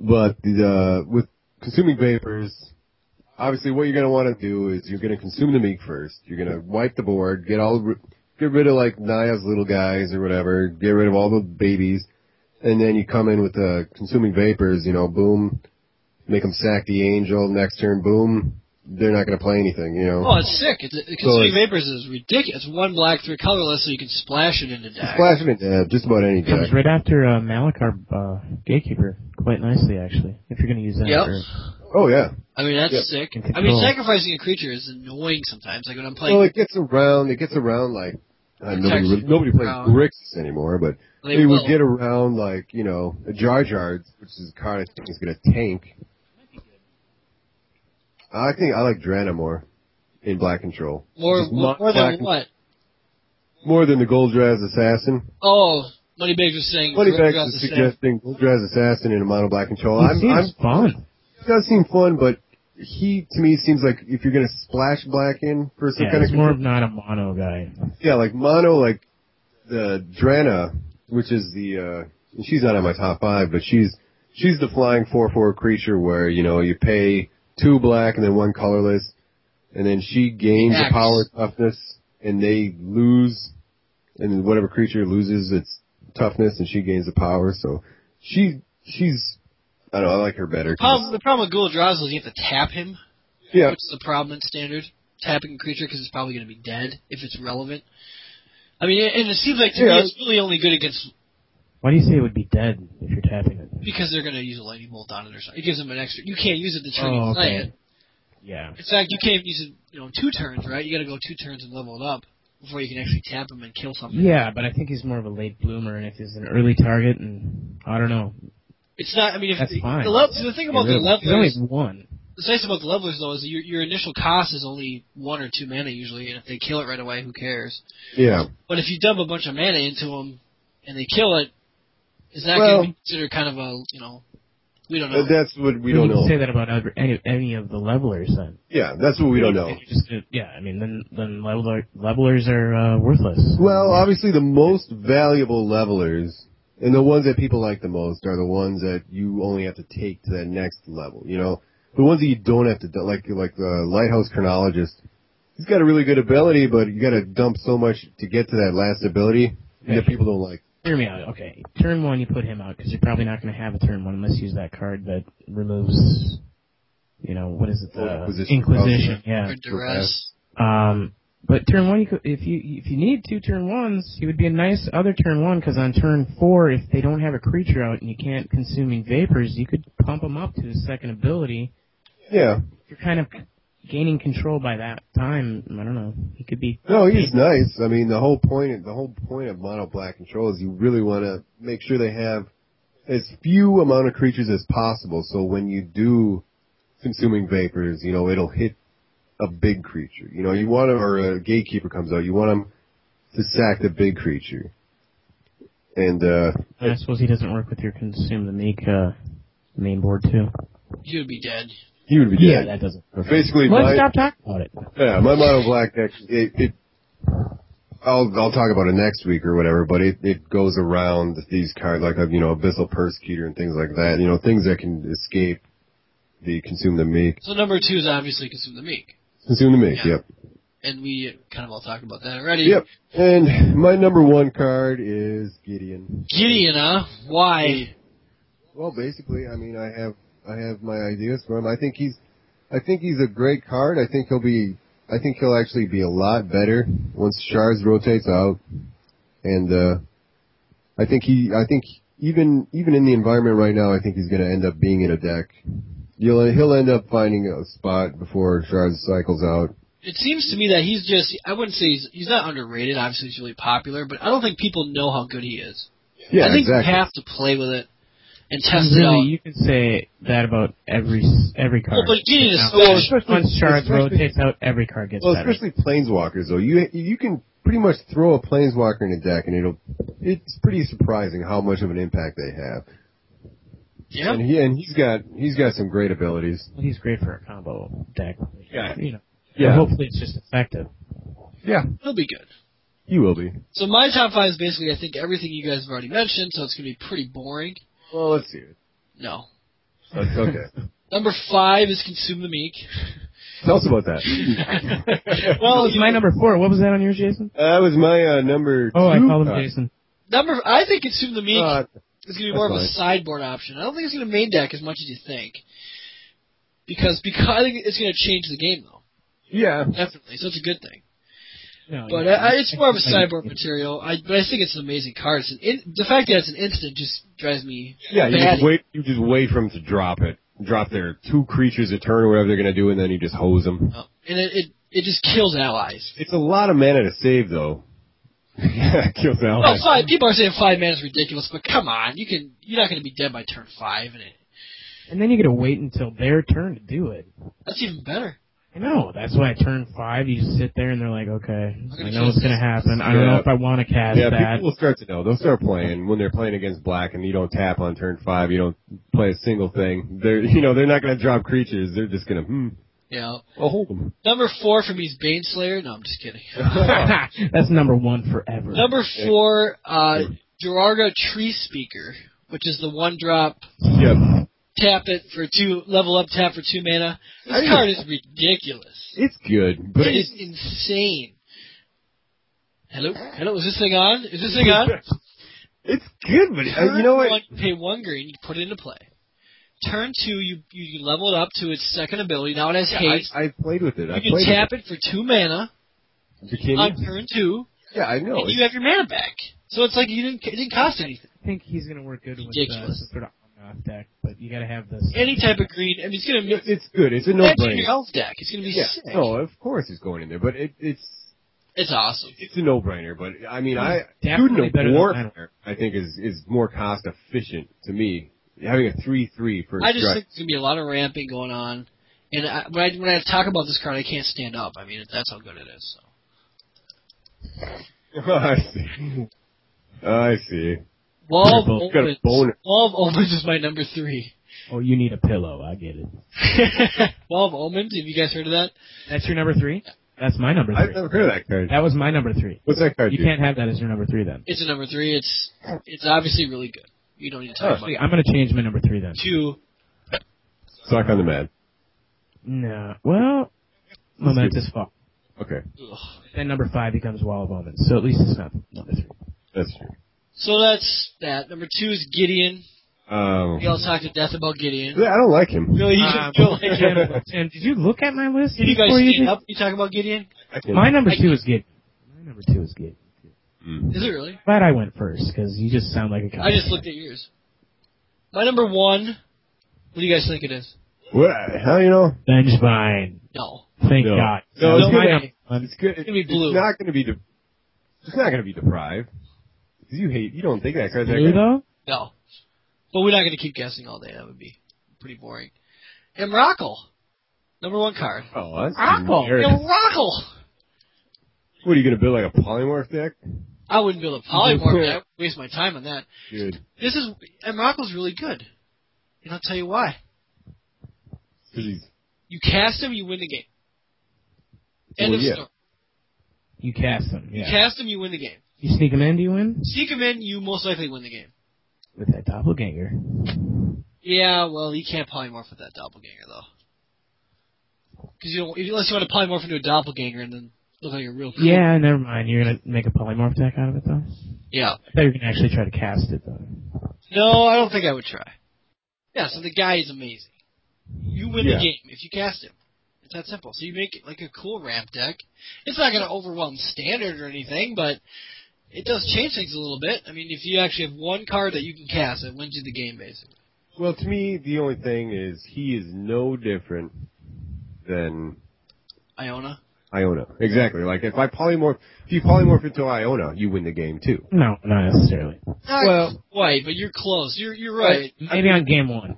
But the, uh, with consuming vapors, obviously, what you're going to want to do is you're going to consume the meat first. You're going to wipe the board, get all ri- get rid of like Naya's little guys or whatever, get rid of all the babies, and then you come in with the consuming vapors. You know, boom, make them sack the angel. Next turn, boom, they're not going to play anything. You know.
Oh, it's sick. It's, it, consuming vapors is ridiculous. It's one black, three colorless, so you can splash it into deck.
Splash it into uh, just about any
It comes
deck.
right after uh, Malachar uh, Gatekeeper, quite nicely actually. If you're going to use that
Yep.
for
Oh yeah.
I mean, that's
Yep.
sick.
Can
I mean,
control.
sacrificing a creature is annoying sometimes. Like when I'm playing,
Well, it gets around. It gets around like uh, nobody. Really,
Protection.
nobody plays
Around.
Grixis anymore, but
they
it
will.
would get around like you know a Jar Jar, which is a card I think is going to tank. I think I like Drana more in Black Control
more,
just mo-
more
black-
than what?
more than the Goldraz Assassin.
Oh, Moneybags was saying. Grixis
Moneybags
is
is
saying-
suggesting Goldraz Assassin in a mono Black Control.
It
I'm, I'm
seems fun.
it does seem fun, but he to me seems like if you're going to splash black in for some
yeah,
kind of
he's more of not a mono guy.
Yeah, like Mono, like the Drana, which is the uh she's not on my top five, but she's she's the flying four four creature where, you know, you pay two black and then one colorless, and then she gains a
Axe.
power toughness and they lose and whatever creature loses its toughness and she gains the power, so she she's I don't know, I like her better. 'cause-
Problem, the problem with Ghoul Drozzle is you have to tap him.
yeah,
Which is the problem in standard? Tapping a creature because it's probably going to be dead if it's relevant. I mean, and it seems like to
Yeah.
me it's really only good against
Why do you say it would be dead if you're tapping it?
because they're going to use a lightning bolt on it or something. It gives them an extra. You can't use it the turn
Oh,
you play
okay.
it.
Yeah.
In fact, you can't use it, you know, two turns, right? You got to go two turns and level it up before you can actually tap them and kill something.
Yeah, but I think he's more of a late bloomer, and if he's an early target, and I don't know,
It's not. I mean, if
That's
the,
fine.
the, level, the thing about
You're
the
right. There's only
levelers,
one.
what's nice about the levelers though is your your initial cost is only one or two mana usually, and if they kill it right away, who cares?
yeah.
But if you dump a bunch of mana into them and they kill it, Is that
Well-
going to be considered kind of a you know? We don't know.
But that's what we
You
don't
can
know.
Say that about other- any any of the levelers then.
Yeah, that's what we don't know.
If you're just gonna- yeah, I mean then then leveler, levelers are uh, worthless.
Well, uh, obviously the most valuable levelers and the ones that people like the most are the ones that you only have to take to that next level. You know, the ones that you don't have to do- like like the lighthouse chronologist. He's got a really good ability, but you got to dump so much to get to that last ability and that people don't like.
Hear me out. Okay, turn one, you put him out because you're probably not going to have a turn one unless you use that card that removes, you know, what is it? The
Inquisition.
Inquisition, Yeah.
Or duress.
Um, but turn one, you could, if you if you need two turn ones, it would be a nice other turn one because on turn four, if they don't have a creature out and you can't consuming vapors, you could pump them up to his second ability.
Yeah,
You're kind of gaining control by that time. I don't know. He could be.
no, he's nice. I mean, the whole point the whole point of mono black control is you really want to make sure they have as few amount of creatures as possible. So when you do consuming vapors, you know it'll hit a big creature. You know you want them, or a gatekeeper comes out, you want them to sack the big creature. And uh
I suppose he doesn't work with your consume the meek uh, main board too.
You would be dead.
he would be
Yeah,
dead.
that doesn't.
Basically,
Let's
my,
stop talking about it.
Yeah, my mono black deck. It, it, I'll I'll talk about it next week or whatever. But it it goes around these cards like uh, you know abyssal persecutor and things like that. You know things that can escape the consume the meek.
So number two is obviously consume the meek,
Consume the meek.
Yeah.
Yep.
and we kind of all talked about that already.
Yep. And my number one card is Gideon.
Gideon, huh? Why?
Well, basically, I mean, I have I have my ideas for him. I think he's I think he's a great card. I think he'll be I think he'll actually be a lot better once Shards rotates out, and uh, I think he I think even even in the environment right now, I think he's going to end up being in a deck. You'll, he'll end up finding a spot before Shards cycles out.
It seems to me that he's just. I wouldn't say he's he's not underrated. Obviously, he's really popular, but I don't think people know how good he is.
Yeah,
I think
exactly.
you have to play with it and test it
really,
out.
you can say that about every every card.
Well, but Gideon is
Now,
special.
Once shards
especially-
rotates out, every card gets
Well,
better.
especially planeswalkers though. You you can pretty much throw a planeswalker in a deck, and it'll it's pretty surprising how much of an impact they have.
yeah.
And he and he's got he's got some great abilities.
Well, he's great for a combo deck.
Yeah.
You know.
Yeah.
But hopefully it's just effective.
Yeah,
he'll be good.
he will be.
So my top five is basically, I think, everything you guys have already mentioned. So it's going to be pretty boring.
Well, let's see. it.
No.
That's okay.
Number five is consume the meek.
Tell us about that.
well, it's my number four. What was that on yours, Jason?
That was my uh, number.
Oh, I
two
called him
card.
Jason.
Number, I think consume the meek
Uh,
is going to be
that's
more of a
fine.
sideboard option. I don't think it's going to main deck as much as you think, because because I think it's going to change the game though.
yeah,
Definitely, so it's a good thing.
No,
But
yeah.
I, I, it's more of a
I-
cyborg material. I, but I think it's an amazing card. It's an in, the fact that it's an instant just drives me.
yeah. You
batty.
just wait. You just wait for him to drop it. Drop their two creatures a turn or whatever they're gonna do, and then you just hose them.
Oh, and it, it it just kills allies.
It's a lot of mana to save though. yeah, kills
Well,
allies.
five people are saying five mana is ridiculous, but come on, you can you're not going to be dead by turn five, and it,
and then you got to wait until their turn to do it.
that's even better.
I know. That's why at turn five you just sit there and they're like, okay,
gonna
I know what's
cast
gonna
this.
happen. I don't
Yeah.
know if I want to cast
Yeah,
that.
people will start to know. They'll start playing when they're playing against black, and you don't tap on turn five. You don't play a single thing. They're you know they're not going to drop creatures. They're just going to hmm.
You know,
I'll hold them.
number four for me is Baneslayer. No, I'm just kidding.
That's number one forever.
number four, uh, Gerarga Tree Speaker, which is the one drop
Yep.
tap it for two level up tap for two mana.
I
This
mean-
card is ridiculous.
It's good, but
it
it's
is insane. Hello, hello. Is this thing on? Is this thing on?
it's good, but uh, you Uh, know
Turn one,
what?
you pay one green, you put it into play. Turn two, you you level it up to its second ability. Now it has
I,
haste.
I played with it. I
you can
played
tap it for two mana
with it. Can you?
on turn two,
yeah, I know.
and you have your mana back. So it's like you didn't it didn't cost anything.
I think he's gonna work good with uh,
Ridiculous.
some sort of on-off deck, but you got to have this.
Any type of green, I mean, it's gonna
It's,
mix
it's good. It's a
no your
no-brainer.
health deck. It's gonna be
Yeah.
sick.
No, of course it's going in there, but it, it's
It's awesome.
it's a no-brainer. But I mean, I
Definitely
student
better
of
than
warfare, I think is is more cost efficient to me. Having a three-three for a
I just
strike.
think there's gonna be a lot of ramping going on, and I, when I when I talk about this card, I can't stand up. I mean, that's how good it is. So.
I see. I see.
Law of
They're
both- got a
Omens.
boner.
Law of Omens is my number three.
Oh, you need a pillow. I get it.
Law of Omens. Have you guys heard of that?
That's your number three. That's my number
I've
three.
never heard of that card.
That was my number three.
What's that card
You
do?
can't have that as your number three then.
It's a number three. It's it's obviously really good. You don't need to talk about
Actually,
it.
I'm gonna change my number three then.
Two.
Sock on the man.
No. Well, momentous fall.
Okay,
Ugh.
Then number five becomes Wall of Omens. So at least it's not number three.
that's true.
So that's that. Number two is Gideon.
Um,
We all talked to death about Gideon.
I don't like him.
Really, you
Um,
should feel like
Tim,
him.
Tim, did you look at my list?
Can you guys
before
stand
did?
up? You talking about Gideon?
I can-
My number two is good. My number two is good.
Mm.
Is it really?
Glad I went first because you just sound like a.
I just looked at yours. My number one. What do you guys think it is?
Well, how you know?
Benj Vine.
No.
Thank
No.
God.
No,
That was
it's
my
good.
number one.
It's good.
It's gonna be blue.
It's not going to be. De- it's not going to be deprived. 'Cause You hate. You don't think that card's that
Blue
good.
though.
No. But we're not gonna keep guessing all day. That would be pretty boring. And Rockle. Number one card.
Oh, that's
Rockle.
generic.
And Rockle.
What are you going to build like a polymorph deck?
I wouldn't build a polymorph. I would waste my time on that.
Dude,
This is and Rockle's really good. And I'll tell you why.
'cause he's
You cast him, you win the game. End
Well,
of
yeah.
story.
You cast them. Yeah.
You cast him, you win the game.
You sneak them in. Do you win
Seek him in, you most likely win the game.
with that doppelganger?
Yeah, well, you can't polymorph with that doppelganger though. Because you don't, unless you want to polymorph into a doppelganger and then look like a real. Creep.
Yeah. Never mind. You're gonna make a polymorph deck out of it though.
Yeah.
I thought you were gonna actually try to cast it though.
No, I don't think I would try. Yeah, so the guy is amazing. You win
Yeah.
the game if you cast him. It's that simple. So you make it like a cool ramp deck. It's not going to overwhelm standard or anything, but it does change things a little bit. I mean, if you actually have one card that you can cast, it wins you the game basically.
Well, to me, the only thing is he is no different than
Iona.
Iona. Exactly. Like if I polymorph, if you polymorph into Iona, you win the game too.
No, not necessarily.
Not
Well-
quite, but you're close. You're you're right.
Maybe on game one.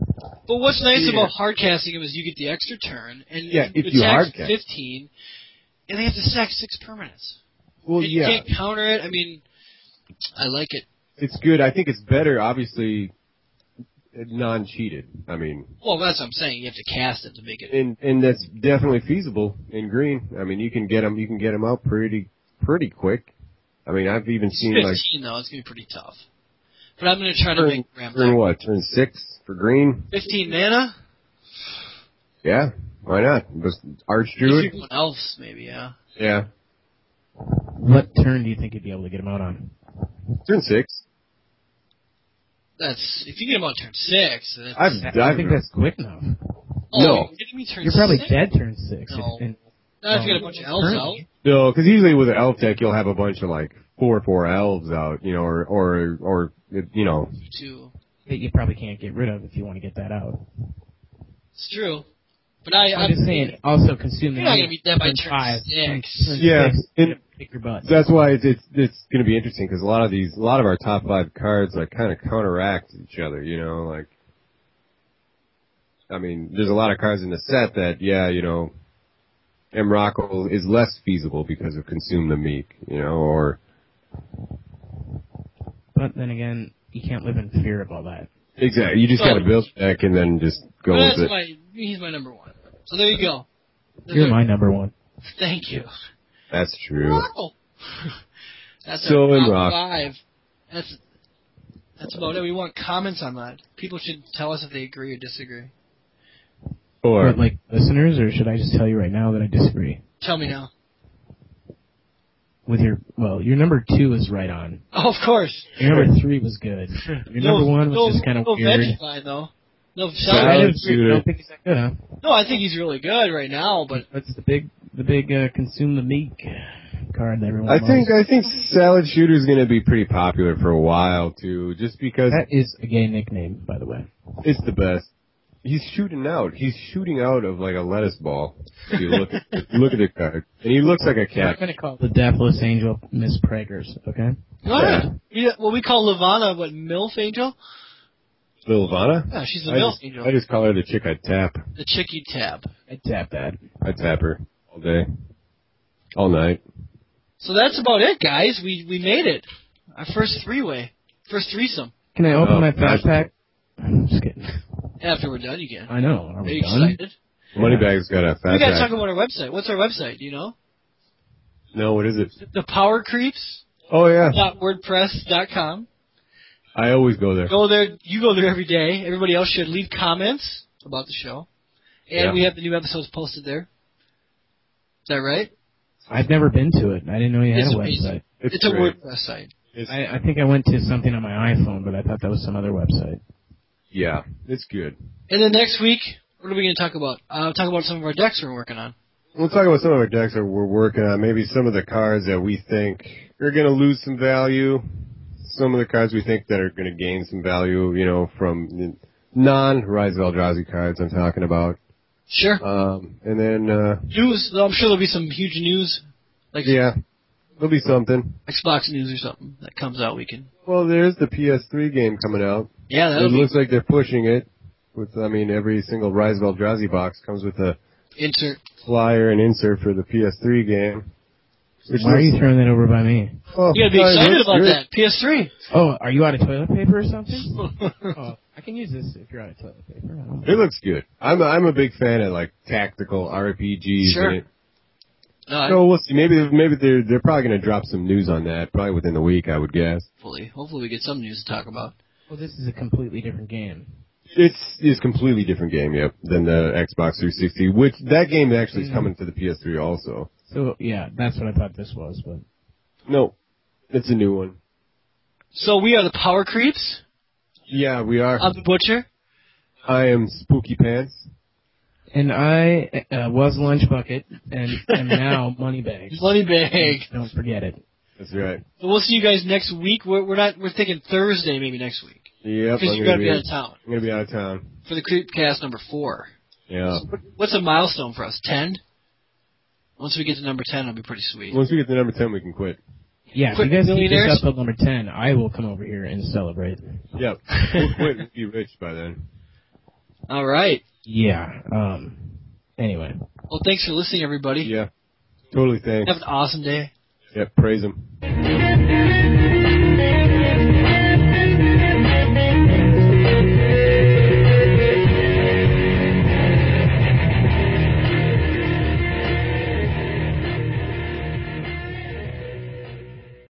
But what's nice
Yeah.
about hard casting him is you get the extra turn, and
Yeah, if
attack
you hardcast.
fifteen, and they have to sack six permanents.
Well,
and
yeah,
you can't counter it. I mean, I like it.
it's good. I think it's better, obviously, non-cheated. I mean,
Well, that's what I'm saying. You have to cast it to make it.
and and that's definitely feasible in green. I mean, you can get them, you can get them out pretty pretty quick. I mean, I've even
It's
seen like
fifteen though. It's gonna be pretty tough. But I'm gonna try to
Turn-
make Graham
turn
talk.
what turn six for green.
fifteen mana.
Yeah, why not? Just arch
If
druid.
you want elves, maybe yeah.
Yeah,
What turn do you think you'd be able to get him out on?
turn six.
That's if you get him on turn six. That's,
I've
I, I
I've-
think that's quick enough.
oh,
no.
You're, kidding me? turn
You're probably
six?
dead turn six.
No.
And-
Not if you
no.
get a bunch of elves out.
Currently.
No, because usually with an elf deck, you'll have a bunch of like four four elves out, you know, or or or you know,
Two.
that you probably can't get rid of if you want to get that out.
It's true. But I,
I'm just saying, also consume the
You're not
meat
gonna be dead by
turn
turn
five,
six.
turn- turn
Yeah,
six,
and-
you know, kick your butt.
that's why it's it's, it's going to be interesting because a lot of these, a lot of our top five cards like kind of counteract each other, you know, like. I mean, there's a lot of cards in the set that, yeah, you know, M. Rockle is less feasible because of Consume the Meek, you know, or,
But then again, you can't live in fear of all that.
exactly, you just
Well-
gotta build a deck and then just
But
go with
that's
it.
my he's my number one. So there you go.
You're my number one.
Thank you.
That's true.
Wow. that's
So
our
in
top
rock.
five. That's that's about it. We want comments on that. People should tell us if they agree or disagree.
Or,
But like listeners, or should I just tell you right now that I disagree
Tell me now.
with your? Well, your number two is right on.
Oh, of course.
Your number three was good. Your
No-
number one was
no,
just kind of
no
weird.
veg vine, though. No,
I
Valid
salad.
don't agree- I
shooter.
don't think he's that good, huh?
no, I think he's really good right now, but
That's the big, the big uh, consume the meek card that everyone.
I
loves.
think I think salad shooter's gonna be pretty popular for a while too, just because
that is a gay nickname, by the way.
it's the best. He's shooting out. He's shooting out of like a lettuce ball. If you look look at the card, and he looks like a
I'm not
cat.
gonna call the Deathless Angel Miss Preggers, okay?
yeah. what we call Lavana, what milf angel?
Lilvana.
Yeah, she's the
I
milf
just,
angel.
I just call her the chick I tap.
the chicky tab.
I tap that.
I tap her all day, all night.
So that's about it, guys. We we made it. Our first three way, first threesome.
Can I open
Oh,
my
gosh.
backpack? I'm just kidding.
After we're done, you can.
I know. Are
Are
we
you
done?
excited?
Moneybag's got a
We
fat
gotta
back.
talk about our website. What's our website? Do you know?
no, what is it?
The Power Creeps.
Oh yeah,
dot WordPress. dot com.
I always go there.
Go there. You go there every day. Everybody else should leave comments about the show, and
Yeah.
we have the new episodes posted there. Is that right?
I've never been to it. I didn't know you had
It's
a
amazing.
website.
It's, a
great.
WordPress site.
It's-
I, I think I went to something on my iPhone, but I thought that was some other website.
yeah, it's good.
And then next week, what are we going to talk about? Uh, talk about some of our decks we're working on.
We'll talk about some of our decks that we're working on. Maybe some of the cards that we think are going to lose some value. Some of the cards we think that are going to gain some value. You know, from non Rise of Eldrazi cards I'm talking about.
Sure.
Um, and then uh,
News. though, I'm sure there'll be some huge news, like
yeah, there'll be something.
Xbox news or something that comes out. We can.
Well, there's the PS3 game coming out.
Yeah, that'll
it
be
looks like they're pushing it. With I mean, every single Rise of Eldrazi box comes with a
insert.
flyer and insert for the PS3 game. Which
Why are
looks-
you throwing that over by me?
Oh,
You gotta be
it
excited
looks
about
good.
that. PS3.
Oh, are you out of toilet paper or something? oh, I can use this if you're out of toilet paper. I don't
It looks good. I'm a, I'm a big fan of like tactical RPGs.
Sure.
And it,
no, I,
so we'll see. Maybe maybe they're they're probably going to drop some news on that probably within the week. I would guess.
hopefully, hopefully we get some news to talk about.
well, this is a completely different game.
It's it's completely different game, yep, than the Xbox 360. Which that game actually is coming to the PS3 also.
So yeah, that's what I thought this was. But
No, it's a new one.
So we are the Power Creeps.
Yeah, we are.
I'm the Butcher.
I am Spooky Pants.
and I uh, was lunch bucket and am now money bag.
Money bag.
Don't forget it.
That's right.
So we'll see you guys next week. We're, we're not. We're thinking Thursday maybe next week
Yep.
because
I'm
you're
gonna
gonna
be,
be out of town
I'm gonna be out of town.
for the Creepcast number four.
Yeah.
What's a milestone for us? Ten. Once we get to number ten, it'll be pretty sweet.
Once we get to number ten, we can quit.
Yeah, if
Quick
you guys keep
millionaires.
this up at number ten, I will come over here and celebrate.
Yep. We'll quit and be rich by then.
All right.
Yeah. Um. Anyway.
Well, thanks for listening, everybody.
Yeah. Totally. Thanks.
Have an awesome day.
Yep. Praise him.